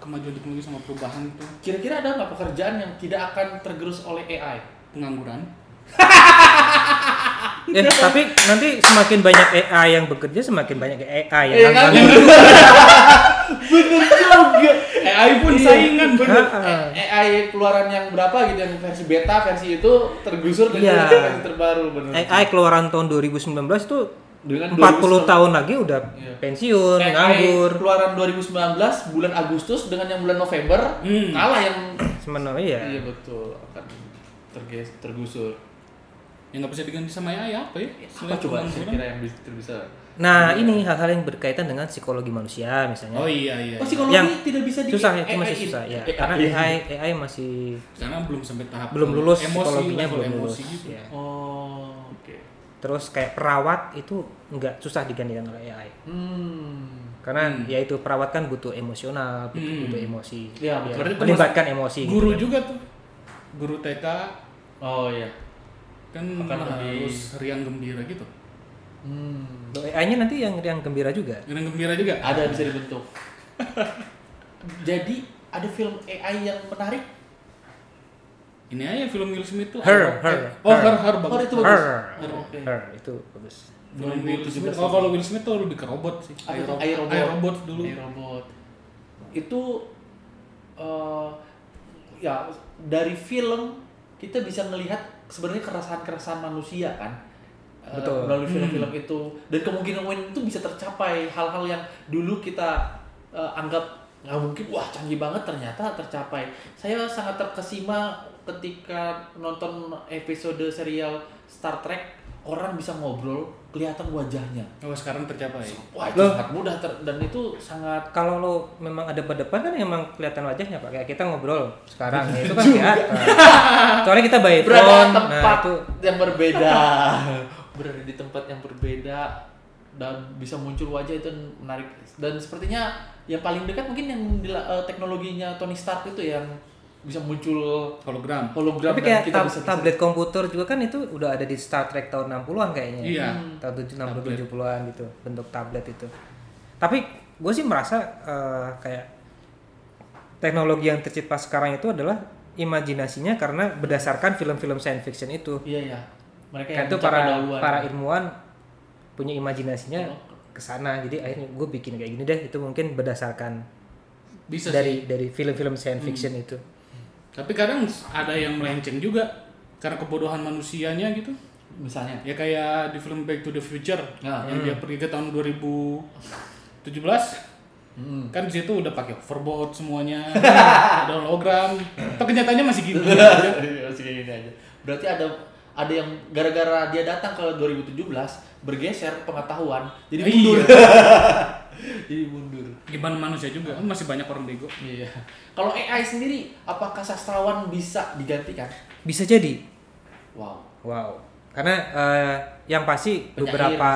kemajuan teknologi sama perubahan itu
Kira-kira ada nggak pekerjaan yang tidak akan tergerus oleh AI?
pengangguran.
Eh, tapi nanti semakin banyak AI yang bekerja semakin banyak AI yang
Iya kan?
nganggur.
[laughs] Bener juga. AI pun
Iya.
saingan bener.
[laughs]
Heeh.
Eh, A- AI keluaran yang berapa gitu yang versi beta versi itu tergusur dengan
Iya.
versi terbaru bener.
AI eh, keluaran tahun 2019 itu
Dengan
40
2019.
tahun lagi udah
Iya.
pensiun,
AI
nganggur.
keluaran 2019 bulan Agustus dengan yang bulan November
Hmm.
kalah yang
Sebenarnya ya.
iya betul akan terges tergusur.
Yang Ya, nggak bisa diganti sama AI apa ya?
Iya,
Apa
Selain
coba
pengangguran.
kira-kira yang bisa bisa?
Nah, ini hal-hal yang berkaitan dengan psikologi manusia misalnya.
Oh iya iya.
Oh, psikologi
Yang
tidak bisa di Eh,
susah itu
AI
masih susah ya.
AI.
Karena AI AI masih
Karena belum sampai tahap
belum lulus
emosi
psikologinya
level
belum lulus.
emosi gitu.
ya.
Oh, oke.
Terus kayak perawat itu nggak susah digantikan oleh AI.
Hmm.
Karena ya itu perawat kan butuh emosional, butuh, butuh emosi.
Iya,
Ya,
berarti
melibatkan emosi. gitu
Guru
kan.
juga tuh. Guru TK
Oh iya.
kan
Akan lebih-
harus riang gembira gitu.
Hmm.
AI-nya nanti yang yang gembira juga.
Riang gembira juga.
Ada bisa [laughs] dibentuk. Jadi ada film AI yang menarik.
Ini aja film Will Smith tuh.
Her, her,
Oh,
her.
her, her.
Oh,
bagus.
itu bagus.
Her,
Oh, oke.
her itu bagus.
Film Will Smith. Oh, kalau Will Smith tuh lebih ke robot sih.
Apa itu?
Aero-
AI robot.
Aerobot dulu.
AI robot. Itu eh, ya dari film kita bisa melihat sebenarnya kerasahan-kerasahan manusia kan. Eh,
Betul.
melalui film-film itu dan kemungkinan itu bisa tercapai hal-hal yang dulu kita eh, anggap nggak mungkin wah canggih banget ternyata tercapai saya sangat terkesima ketika nonton episode serial Star Trek orang bisa ngobrol kelihatan wajahnya
Oh, sekarang tercapai.
Wah itu
Loh.
sangat mudah ter- dan itu sangat
Kalau lo memang ada depan kan emang kelihatan wajahnya pak. Kayak kita ngobrol
[laughs]
sekarang ya, itu kan kelihatan. Soalnya kita by
berada
phone. Nah
tempat
itu
yang berbeda [laughs] berada di tempat yang berbeda dan bisa muncul wajah itu menarik dan sepertinya yang paling dekat mungkin yang dila- eh, teknologinya Tony Stark itu yang bisa muncul
Hologram.
hologram
tapi
dan
kayak
kita
tab-
bisa
tablet komputer juga kan itu udah ada di Star Trek tahun 60-an kayaknya.
Iya.
Tahun 60 70-an gitu bentuk tablet itu. Tapi gue sih merasa eh, kayak teknologi yang tercipta sekarang itu adalah imajinasinya karena berdasarkan film-film science fiction itu.
iya iya mereka
Kayak
yang
itu
mencapai
para
dahuluan. Iya.
para ilmuwan punya imajinasinya ke sana. Jadi akhirnya gue bikin kayak gini deh. Itu mungkin berdasarkan
Bisa sih.
dari dari film-film science
Hmm.
fiction itu.
Tapi kadang ada yang melenceng juga karena kebodohan manusianya gitu.
misalnya
Ya kayak di film Back to the Future
Nah,
yang dia pergi ke tahun 2017 kan di situ udah pakai hoverboard semuanya, ada hologram. Tapi kenyataannya masih gitu.
Masih kayak gini Iya, aja. Berarti ada ada yang gara-gara dia datang ke 2017 bergeser pengetahuan jadi
Iya.
[laughs] mundur. jadi mundur.
Gimana manusia juga kan masih banyak orang bego.
Iya. Kalau AI sendiri apakah sastrawan bisa digantikan?
Bisa jadi.
Wow.
Wow. Karena eh, yang pasti
Penyair
beberapa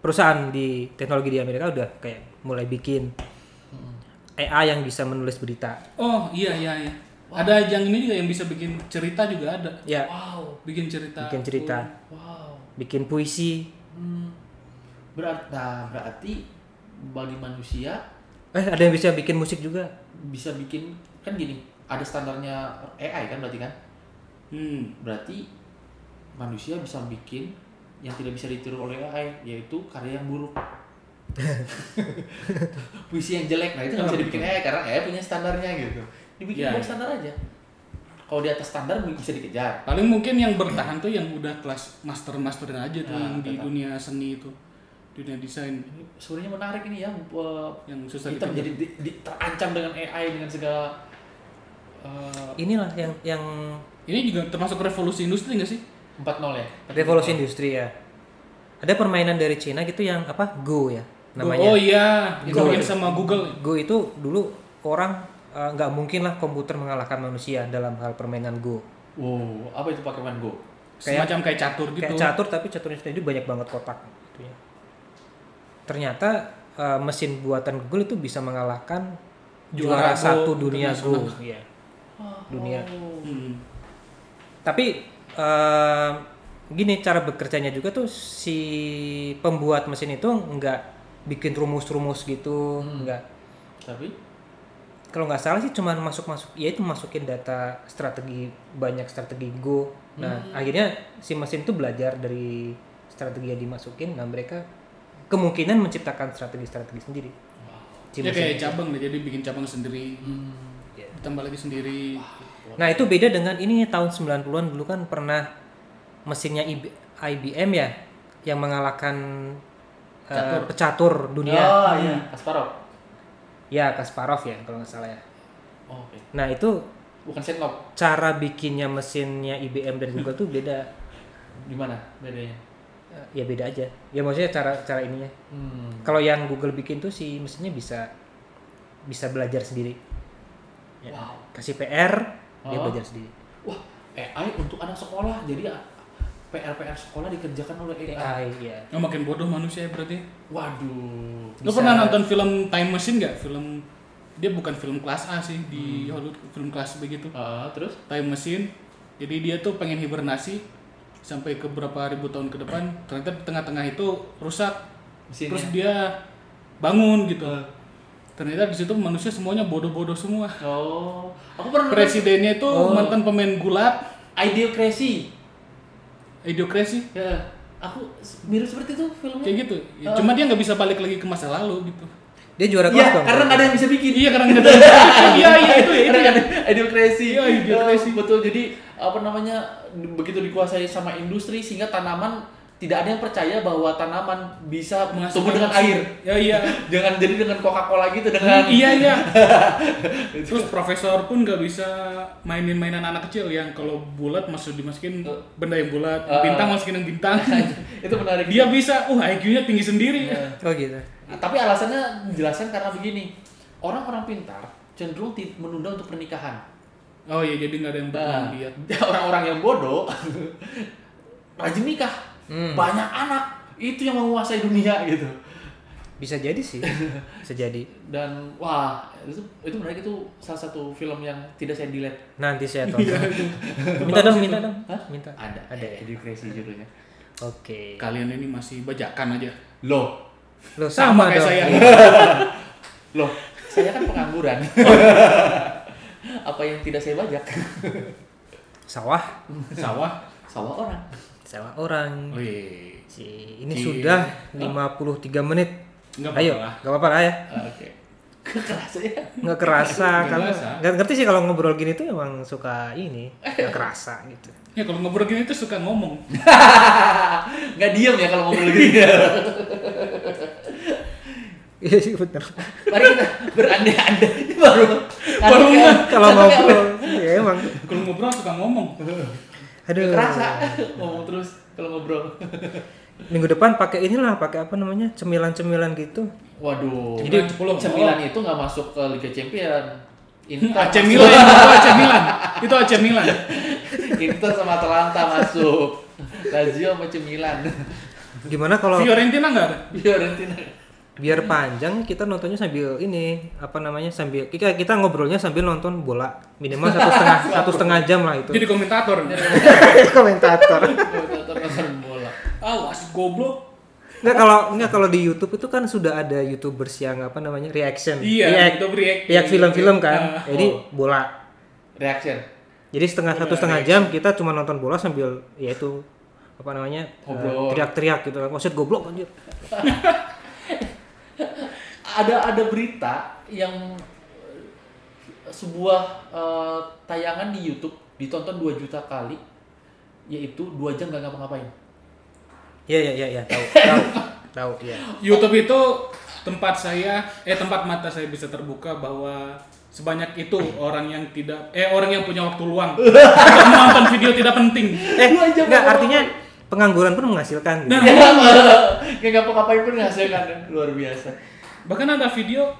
perusahaan di teknologi di Amerika udah kayak mulai bikin
Hmm.
AI yang bisa menulis berita.
Oh, iya iya iya. Ada yang ini juga yang bisa bikin cerita juga ada.
Ya,
Wow.
Bikin cerita.
bikin cerita,
Wow.
bikin puisi.
Hmm. Berarti nah, berarti bagi manusia
Eh, ada yang bisa bikin musik juga.
bisa bikin kan gini, ada standarnya AI kan berarti kan?
Hmm.
Berarti manusia bisa bikin yang tidak bisa ditiru oleh AI yaitu karya yang
[laughs]
buruk. Puisi yang jelek, nah itu nggak bisa
gitu?
dibikin AI karena AI punya standarnya gitu. Dibikin
Ya.
Iya,
bawah
iya.
standar aja. Kalau di atas standar bisa dikejar.
Paling mungkin yang bertahan tuh yang udah kelas master-masterin aja tuh
Ah,
Nah,
yang di
tetap.
dunia seni itu. Dunia desain
Ini Sebenarnya menarik ini ya. eh,
yang susah dikejar.
Kita menjadi di- di- terancam dengan AI dengan segala eh,
Inilah yang yang
Ini juga termasuk revolusi industri nggak sih?
40 ya.
Revolusi industri ya. Ada permainan dari Cina gitu yang apa? Go ya
Oh
namanya.
iya,
Go.
dikerjain sama Google.
Go itu dulu orang eh, nggak mungkin lah komputer mengalahkan manusia dalam hal permainan Go.
Wow, apa itu Pokemon Go?
Kayak-
Semacam kayak catur gitu.
Kayak catur tapi caturnya sendiri banyak banget kotak gitu ya. Ternyata eh, mesin buatan Google itu bisa mengalahkan
Juara Go
juara,
gitu.
satu dunia Go.
internasional.
Iya. Dunia.
Hmm.
Tapi eh, gini cara bekerjanya juga tuh si pembuat mesin itu nggak bikin rumus-rumus gitu,
Hmm.
nggak.
Tapi
Kalau nggak salah sih cuman masuk-masuk, ya itu masukin data strategi banyak strategi Go. Nah
Hmm.
akhirnya si mesin tuh belajar dari strategi yang dimasukin, nah mereka kemungkinan menciptakan strategi-strategi sendiri. Si
Ya kayak
mesin itu.
cabang deh, jadi bikin cabang sendiri. Ditambah lagi sendiri.
Nah itu beda dengan ini tahun 90-an dulu kan pernah mesinnya IB- IBM ya yang mengalahkan eh,
Catur.
pecatur dunia Hmm.
Oh iya, Kasparov.
ya Kasparov ya kalau nggak salah ya.
Oh, oke.
Nah itu
Bukan Shenlock.
cara bikinnya mesinnya IBM dan Google tuh beda
Di mana bedanya?
Eh, ya beda aja ya maksudnya cara cara ininya
Hmm.
kalau yang Google bikin tuh si mesinnya bisa bisa belajar sendiri Ya.
Wow.
kasih PR dia
Oh.
belajar sendiri
Wah, AI untuk anak sekolah. Jadi PR-PR sekolah dikerjakan oleh AI.
AI ya
Oh, makin bodoh manusia ya berarti.
Waduh.
Lo pernah nonton film Time Machine nggak? Film dia bukan film kelas A sih di
Hmm.
Hollywood film kelas begitu.
Ah, terus?
Time Machine. Jadi dia tuh pengen hibernasi sampai ke berapa ribu tahun ke depan. Ternyata di tengah-tengah itu rusak.
Mesinnya.
Terus dia bangun gitu. Ternyata di situ manusia semuanya bodoh-bodoh semua.
Oh, aku pernah nonton
Presidennya itu mantan pemain gulat,
Ideal Crazy.
idiokrasi
Ya, aku s- mirip seperti itu filmnya.
kayak gitu. Ya, Cuma dia nggak bisa balik lagi ke masa lalu gitu.
dia juara kelas
Iya,
dong
karena nggak ada yang bisa bikin.
Iya karena nggak ada. [laughs] Iya iya itu ya itu ya.
Karena nggak ada ideal crazy.
Iya, ideal
Eh,
crazy.
Betul. Jadi apa namanya begitu dikuasai sama industri sehingga tanaman tidak ada yang percaya bahwa tanaman bisa
Menghasilkan
tumbuh dengan
oksigen.
air.
Ya iya.
[laughs] Jangan jadi dengan Coca-Cola gitu dengan
iya iya. Terus profesor pun gak bisa mainin mainan anak kecil yang kalau bulat masuk dimasukin benda yang bulat,
Eh. Iya.
bintang masukin yang bintang.
[laughs] itu menarik. Nah,
Dia bisa, uh IQ-nya tinggi sendiri.
oh gitu
Tapi alasannya jelasan karena begini. Orang-orang pintar cenderung ti- menunda untuk pernikahan.
Oh iya jadi nggak ada yang berkembang
Nah,
dia.
[laughs] orang-orang yang bodoh [laughs] rajin nikah,
Hmm.
banyak anak, itu yang menguasai dunia gitu.
bisa jadi
[laughs]
sih bisa jadi
Dan wah, itu itu menarik itu salah satu film yang tidak saya delete.
nanti
[laughs]
saya
Iya.
tonton minta dong minta dong minta
Ada, ada ya. Jadi crazy judulnya.
oke
Kalian ini masih bajakan aja.
Loh,
lo
Sama,
sama,
kayak
dong
saya.
loh, saya kan pengangguran. Apa yang tidak saya bajak?
sawah
[laughs] Sawah.
Sawah orang.
sawah orang
Oh iya.
si ini
Si-
sudah 53 menit
Nggak
ayo
apa-apa lah.
nggak apa-apa lah ya
Ah, Oke. Kekeras ya.
nggak kerasa
Nggak
karena
kerasa.
nggak ngerti sih kalau ngobrol gini tuh emang suka ini nggak kerasa
[laughs]
gitu
Ya kalau ngobrol gini tuh suka ngomong.
Nggak diem ya kalau ngobrol gini.
iya sih
[laughs]
bener
Mari kita berandai-andai. Ini Baru
Baru
Kan-
kalau
kan-
ngobrol ya emang
Kalau ngobrol suka ngomong.
aduh
kerasa ngomong terus kalau ngobrol
minggu depan pakai inilah pakai apa namanya cemilan-cemilan gitu
waduh
Jadi
Kan
sepuluh.
cemilan itu nggak masuk ke Liga Champion Inter
AC Milan, itu AC Milan. Itu AC Milan.
Inter sama Atalanta masuk Lazio sama cemilan
gimana kalau
Fiorentina nggak ada.
Fiorentina
biar panjang kita nontonnya sambil ini apa namanya sambil kita kita ngobrolnya sambil nonton bola minimal satu setengah satu setengah jam lah itu
Jadi komentator.
[laughs] komentator
Komentator nonton bola
Awas goblok.
nggak kalau nggak kalau di YouTube itu kan sudah ada YouTubers yang apa namanya reaction
Iya,
react
YouTube react.
react film-film kan
Ah,
jadi
oh.
bola
reaction
jadi setengah satu setengah jam kita cuma nonton bola sambil ya itu apa namanya eh,
Ngobrol.
teriak-teriak gitu maksud goblok anjir
ada ada berita yang eh, sebuah eh, tayangan di YouTube ditonton 2 juta kali yaitu 2 jam gak ngapa-ngapain [laughs]
iya iya iya ya, tahu tahu tahu iya
YouTube itu tempat saya eh tempat mata saya bisa terbuka bahwa sebanyak itu orang yang tidak eh orang yang punya waktu luang yang menonton video tidak penting
Eh,
Dua jam
enggak,
apa-apa.
artinya pengangguran pun menghasilkan. gitu.
Nah.
Gak ngapa-ngapain pun hasilnya luar biasa.
bahkan ada video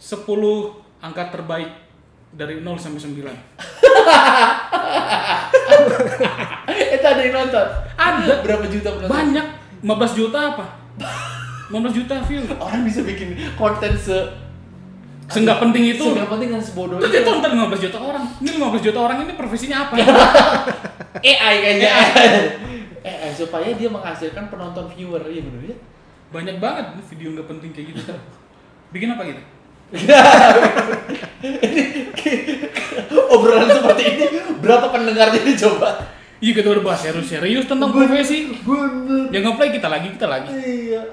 10 angka terbaik dari 0 sampai 9
Itu ada yang nonton.
Ada.
berapa juta penonton?
banyak 15 juta apa 15 juta view
Orang bisa bikin konten se
seenggak penting itu
Seenggak penting dan sebodoh
itu
itu.
ditonton 15 juta orang ini 15 juta orang ini profesinya apa
AI kayaknya. AI supaya dia menghasilkan penonton viewer ya bener ya. [laughs]
banyak banget video nggak penting kayak gitu bikin apa gitu
Obrolan seperti ini berapa pendengarnya [laughs] ini coba?
Iya kita udah bahas serius-serius tentang profesi
Bener.
Jangan play kita lagi, kita lagi
Iya.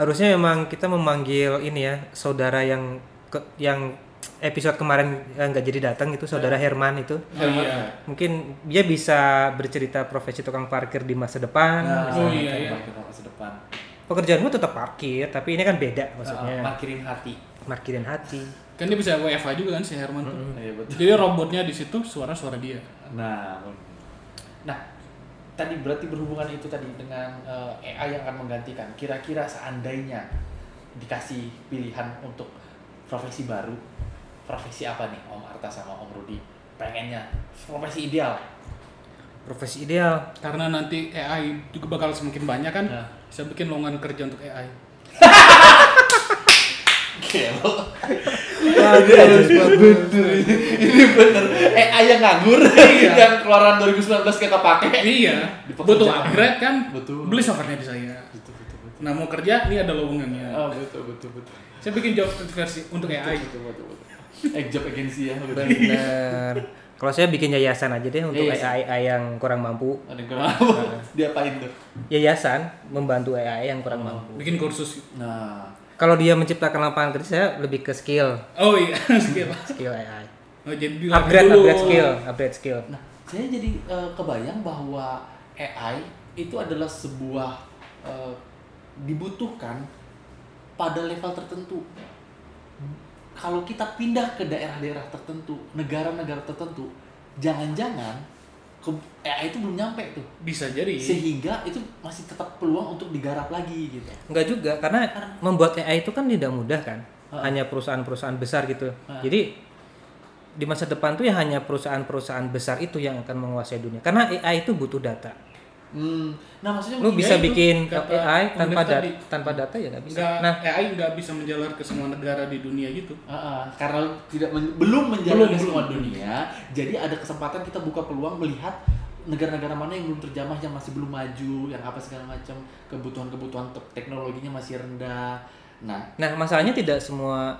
Harusnya memang kita memanggil ini ya, saudara yang ke- yang episode kemarin eh, nggak jadi datang itu saudara Herman itu.
Oh iya
Mungkin dia bisa bercerita profesi tukang parkir di masa depan.
Ya.
Oh, iya, iya.
Nah, Kita masa depan.
Pekerjaanmu tetap parkir, tapi ini kan beda maksudnya.
Uh, parkirin hati.
Parkirin hati.
Kan dia bisa WFH juga kan si Herman tuh
Iya betul.
Jadi robotnya di situ suara-suara dia
Nah, nah tadi berarti berhubungan itu tadi dengan eh, AI yang akan menggantikan. Kira-kira seandainya dikasih pilihan untuk profesi baru, profesi apa nih Om Arta sama Om Rudi? Pengennya profesi ideal.
Profesi ideal.
Karena nanti AI juga bakal semakin banyak kan
Ya.
Bisa bikin lowongan kerja untuk AI
Gelo.
Bagus, bagus.
Ini bener AI yang Eh, nganggur [laughs] yang keluaran 2019 kita pakai.
Iya
Di pekerjaan.
Butuh upgrade kan
Betul.
Beli softwarenya di saya
Betul betul betul.
Nah mau kerja, ini ada lowongannya
Ah, betul betul betul.
Saya bikin job search versi untuk AI
Betul betul betul. Egg job agency ya. betul.
Bener. Kalau saya bikin yayasan aja deh untuk
Yayasan.
AI yang kurang mampu.
Ada yang kenapa? [laughs] Diapain tuh?
Yayasan membantu AI yang kurang mampu.
Bikin kursus
Nah,
Kalau dia menciptakan lapangan kerja, saya lebih ke skill,
Oh iya, [laughs] skill
skill AI.
Oh, jadi dilatih
Upgrade,
dulu.
upgrade skill, upgrade skill.
nah saya jadi eh, kebayang bahwa AI itu adalah sebuah eh, dibutuhkan pada level tertentu. Kalau kita pindah ke daerah-daerah tertentu, negara-negara tertentu, jangan-jangan ke- AI itu belum nyampe tuh.
Bisa
Iya.
jadi
Sehingga itu masih tetap peluang untuk digarap lagi gitu.
Enggak juga, karena membuat AI itu kan tidak mudah kan. Hanya perusahaan-perusahaan besar gitu. Jadi di masa depan tuh ya hanya perusahaan-perusahaan besar itu yang akan menguasai dunia. Karena AI itu butuh data.
Hmm. Nah, maksudnya
Lu bisa
itu
bikin
kata
AI tanpa
Om Dev
data,
tadi.
tanpa data ya nggak bisa.
Nggak,
Nah,
AI nggak bisa menjalar ke semua negara di dunia gitu
Heeh, karena tidak men- belum menjalani
Belum,
semua
belum.
dunia, jadi ada kesempatan kita buka peluang melihat negara-negara mana yang belum terjamah, yang masih belum maju, yang apa segala macam kebutuhan-kebutuhan te- teknologinya masih rendah. Nah,
nah masalahnya tidak semua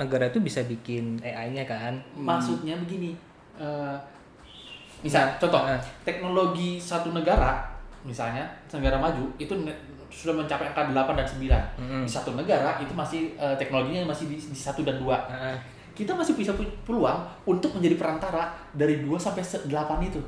negara itu bisa bikin AI-nya kan.
maksudnya begini, eh, misal contoh
Nah.
teknologi satu negara, misalnya negara maju itu ne- sudah mencapai angka 8 dan 9. Di satu negara itu masih eh, teknologinya masih di, di 1 dan 2.
Heeh.
kita masih bisa punya peluang untuk menjadi perantara dari 2 sampai 8 itu.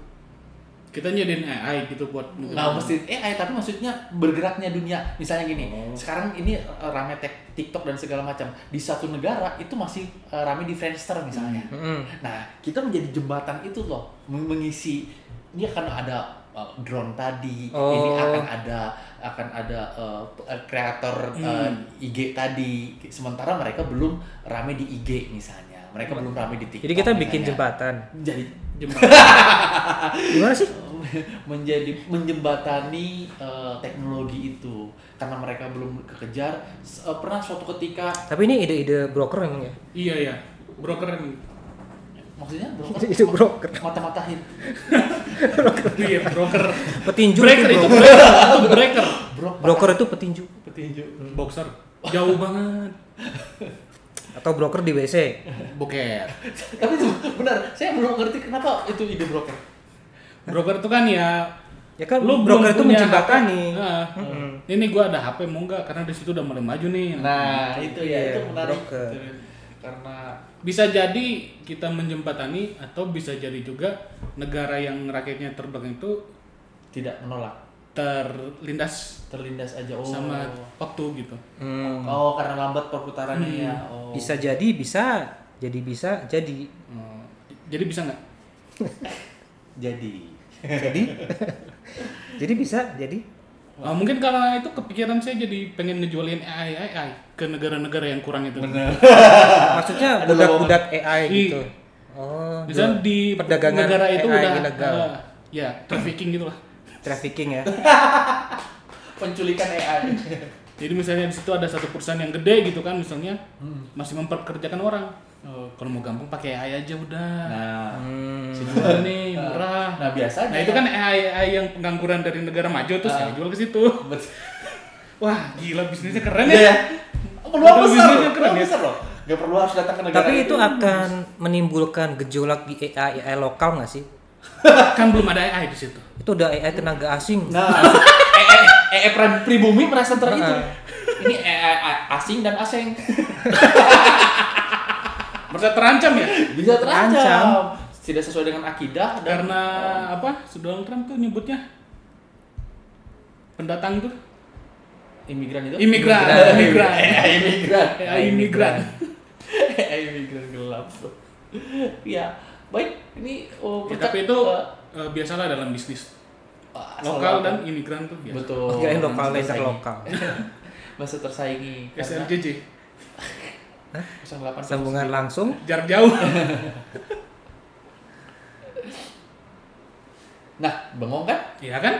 Kita nyediain AI gitu buat
Nah, mesti AI tapi maksudnya bergeraknya dunia. Misalnya gini, sekarang ini eh, rame tek- TikTok dan segala macam. Di satu negara itu masih eh, rame di Friendster misalnya.
Mm-mm.
Nah, kita menjadi jembatan itu loh, meng- mengisi ini akan ada uh, drone tadi, ini
Oh.
akan ada akan ada uh, p- uh, kreator uh, IG tadi. Sementara mereka belum rame di IG misalnya. Mereka belum rame di TikTok.
Jadi kita bikin
misalnya.
jembatan.
Jadi
jembatan.
Gimana sih?
menjadi menjembatani uh, teknologi itu karena mereka belum kekejar S- uh, pernah suatu ketika
Tapi ini ide-ide broker memang [laughs] ya.
iya ya, broker yang
maksudnya
Itu broker.
mata-matain
iya broker.
Petinju
breaker
itu
itu
broker.
breaker, itu breaker.
bro
Broker itu petinju
petinju
Boxer jauh banget.
atau broker di WC.
Boker.
Tapi itu benar, saya belum ngerti kenapa itu ide broker.
Broker itu kan ya
Ya kan
lu belum
broker itu
punya
menjembatani.
HP. Nah, Ini gua ada HP mau nggak? Karena di situ udah mulai maju nih.
Nah, itu ya,
Iya,
itu menarik.
broker.
Itu. Karena
Bisa jadi kita menjembatani atau bisa jadi juga negara yang rakyatnya terbelakang itu
tidak menolak,
terlindas
terlindas aja oh.
sama waktu gitu.
Hmm.
Oh, karena lambat perputarannya ya. Oh.
Bisa jadi bisa jadi bisa jadi
Oh, jadi bisa nggak?
Jadi.
jadi [laughs] jadi bisa jadi
Ah, mungkin karena itu kepikiran saya jadi pengen ngejualin AI AI ke negara-negara yang kurang itu.
Bener.
maksudnya budak-budak
Iya.
AI gitu oh
Misalnya
jual-
di
perdagangan
negara itu
AI
udah
ilegal
ah, ya trafficking gitu lah.
trafficking ya
[laughs] Penculikan AI.
Jadi misalnya di situ ada satu perusahaan yang gede gitu kan misalnya
Hmm.
masih memperkerjakan orang. Oh, Kalau mau gampang pakai AI aja udah.
Nah,
Hmm.
Sejual nih murah.
nah biasanya.
Nah itu kan AI, AI yang pengangguran dari negara maju terus
Ah.
saya jual ke situ.
Bet-
Wah gila bisnisnya keren
Iya.
ya.
ya. Peluang
Modal
besar.
bisnisnya keren
Peluang
ya.
besar loh. Gak perlu harus datang ke negara
Hmm. tapi itu akan menimbulkan gejolak di AI, AI lokal nggak sih
kan belum ada AI di situ.
itu udah AI tenaga asing
Nah, EE EE pri- E pribumi merasa ter itu. Ini E EE asing dan asing
Merasa terancam
[laughs]
ya.
bisa
Terancam.
terancam. Tidak sesuai dengan akidah dan
karena apa si Donald Trump tuh nyebutnya pendatang tuh
imigran itu.
imigran
Imigran.
imigran
EE [laughs] imigran.
AI imigran
Iya, EE Iya, imigran gelap. Ya, baik ini oh,
Ya,
puncak,
tapi itu
eh,
eh, biasalah dalam bisnis
asal
lokal
lokal.
dan iya. imigran tuh biasa
betul.
kirain lokal
kan? Masih
laser
tersaingi.
lokal
[laughs] Masih tersaingi karena
SRJJ
08
sambungan langsung
jarak
[laughs]
jauh
Nah, bengong kan?
iya kan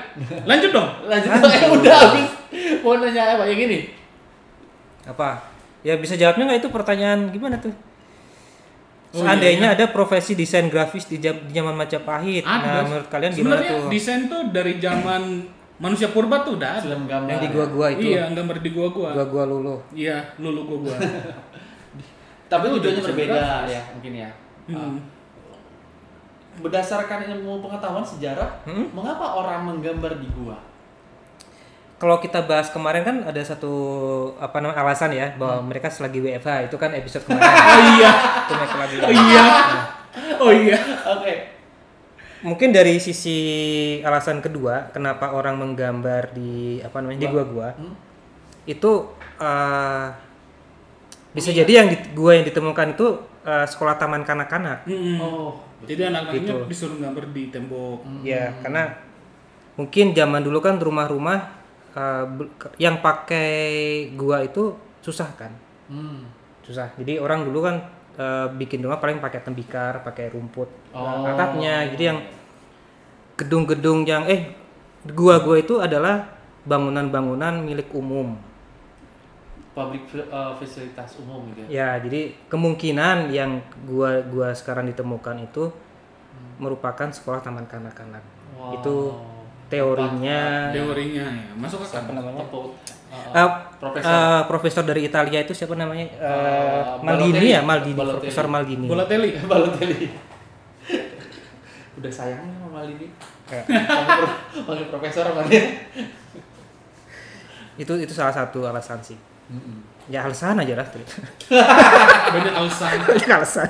lanjut dong
Lanjut
Kan,
[laughs] eh, udah habis. Mau nanya apa yang ini?
apa ya bisa jawabnya nggak itu pertanyaan gimana tuh
Oh, iya,
seandainya ada profesi desain grafis di, jam- di zaman Majapahit nah menurut kalian gimana
sebenarnya
tuh
desain tuh dari zaman manusia purba tuh udah ada
Film gambar.
yang di gua-gua Oh, itu
iya gambar di gua-gua
gua-gua lulu
iya lulu
[laughs]
gua-gua
Tapi
Itu
tujuannya
desain
berbeda
grafis.
ya mungkin ya.
Hmm.
Berdasarkan ilmu pengetahuan sejarah,
Hmm?
mengapa orang menggambar di
[laughs]
gua?
kalau kita bahas kemarin kan ada satu apa namanya alasan ya bahwa mereka selagi WFH itu kan
[laughs]
episode kemarin
Hmm. oh iya
itu mereka lagi
oh iya [laughs] oh iya
Oke.
mungkin dari sisi alasan kedua kenapa orang menggambar di apa namanya di gua-gua
Hmm?
itu uh, bisa jadi yang di, gua yang ditemukan itu uh, sekolah taman kanak-kanak
Mm-mm.
Oh.
jadi anak-anaknya
Gitu.
disuruh gambar di tembok
ya karena mungkin zaman dulu kan rumah-rumah uh, be- ke- yang pakai gua itu susah kan
Hmm.
susah jadi orang dulu kan uh, bikin rumah paling pakai tembikar pakai rumput uh,
Oh.
atapnya jadi yang gedung-gedung yang eh gua-gua itu adalah bangunan-bangunan milik umum
Public fl- uh, fasilitas umum gitu ya.
Ya, jadi kemungkinan yang gua gua sekarang ditemukan itu merupakan sekolah taman kanak-kanak.
Wow.
Itu
Iya.
teorinya
teorinya ya masuk akal
apa Iya, namanya?
Tepuk. Uh,
Eh,
Profesor.
eh, profesor dari Italia itu siapa namanya? Eh,
Balotelli.
Maldini ya, Maldini,
Balotelli.
Profesor Maldini.
bola
[laughs]
teli
Balotelli. Udah sayang nih sama Malini.
Ya.
Panggil pro- Panggil profesor ya. Malini.
Itu itu salah satu alasan sih. Ya alasan aja lah.
[laughs]
Ah, banyak alasan
Banyak alasan.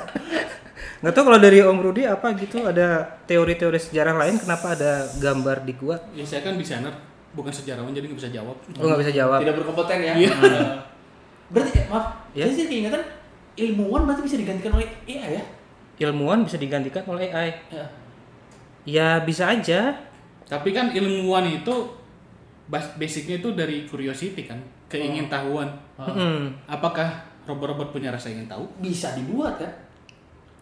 [laughs] Nggak tahu kalau dari Om Rudi apa gitu ada teori-teori sejarah lain kenapa ada gambar di gua?
ya saya kan desainer bukan sejarawan jadi nggak bisa jawab
Gua nggak bisa jawab.
Tidak berkompeten ya.
Iya.
Hmm. Berarti eh, maaf,
Ya.
saya sih keingetan ilmuwan berarti bisa digantikan oleh AI ya?
Ilmuwan bisa digantikan oleh AI.
Ya.
Ya bisa aja.
tapi kan ilmuwan itu bas- basicnya itu dari curiosity kan
Oh.
keingintahuan
Mm-mm.
apakah robot-robot punya rasa ingin tahu
Bisa dibuat kan?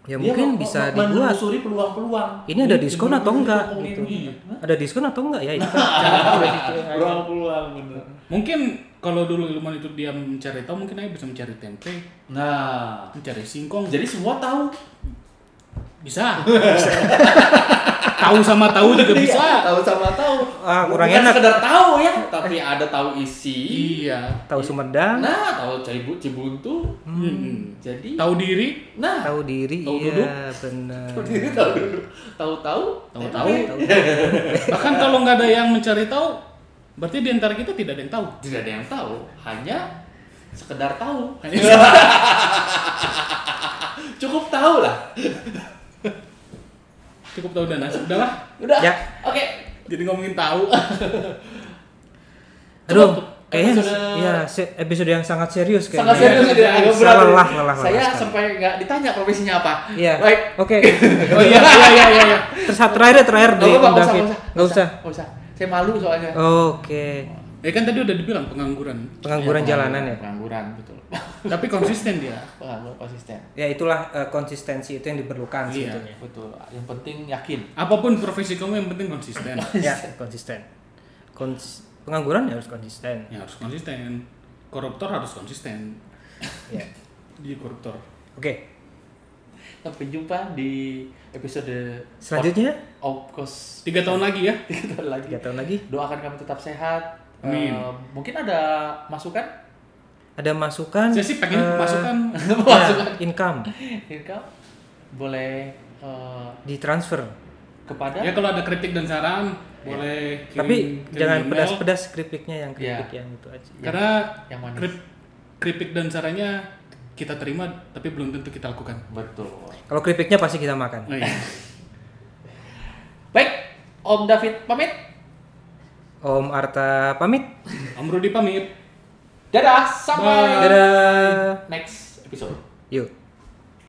Ya
Dia
mungkin
mau-
bisa
mau- mau
dibuat.
Menelusuri peluang-peluang.
Ini ada diskon
Iya,
atau enggak
Ini-
gitu. [laughs]
ini- Hah? Iya.
Ada diskon atau enggak ya itu.
Peluang-peluang bener.
mungkin kalau dulu ilmuwan itu dia mencari tahu mungkin aja bisa mencari tempe
Nah,
mencari singkong
jadi semua tahu.
bisa [laughs] tahu sama tahu juga bisa
Iya, tahu sama tahu.
Ah, kurang
Bukan
enak. Eh.
sekedar tahu ya, tapi ada tahu isi.
iya
Tahu Sumedang,
Nah, tahu cibu cibuntu.
Hmm.
Mm-mm.
Jadi
tahu diri
nah
tahu diri,
Tahu duduk.
iya benar.
Jadi tahu dulu. Tahu-tahu,
Tahu-tahu. bahkan kalau nggak ada yang mencari tahu berarti di antara kita tidak ada yang tahu
tidak ada yang tahu, hanya sekedar tahu. [laughs] Cukup tahu lah.
cukup tahu dan nasi udahlah
Udah.
Ya.
Oke.
jadi ngomongin tahu
Aduh,
eh,
Kayaknya
episode
ya se- episode yang sangat serius kayaknya.
sangat serius
Iya.
tidak agak
Saya
berat.
lelah, lelah, lelah
Saya
sekali.
sampai nggak ditanya profesinya apa.
Iya.
Baik. [laughs]
Oke.
Oh iya, iya, iya, iya, iya.
Terus terakhir ya, terakhir
Nggak
deh
apa-apa,
Om
nggak usah,
David. Nggak usah.
Nggak usah. Oh, Saya malu soalnya.
Oke.
Ya kan tadi udah dibilang pengangguran.
Pengangguran
Iya,
jalanan ya.
Pengangguran betul. [laughs]
Tapi konsisten dia.
Pengangguran konsisten.
Ya
Ya,
itulah eh, konsistensi itu yang
Iya.
diperlukan sebetulnya.
Betul. Yang penting yakin.
Apapun profesi kamu yang penting konsisten.
Ya, konsisten. Kons- pengangguran ya harus konsisten.
Ya harus konsisten. Koruptor harus konsisten.
Ya.
Dia koruptor.
Oke.
Sampai jumpa di episode
Selanjutnya
Of course.
Tiga tahun lagi ya.
Tiga tahun Gitu lagi.
tiga tahun lagi
Doakan kami tetap sehat.
Amin.
Eh, mungkin ada masukan? [laughs]
ada masukan.
Saya sih pengen
eh,
[laughs] masukan.
ya,
Masukan.
income
Irkam boleh eh,
ditransfer.
kepada
Ya kalau ada kritik dan saran boleh kirim,
Iya. Tapi
kirim
jangan
email.
pedas-pedas keripiknya yang keripik
Iya.
yang itu aja.
Karena
yang manis.
krip- kritik dan sarannya kita terima tapi belum tentu kita lakukan.
Betul.
Kalau keripiknya pasti kita makan.
Oh, iya.
Baik, Om David pamit.
Om Arta pamit.
Om Rudi pamit.
Dadah, sampai
Dadah.
next episode.
Yuk.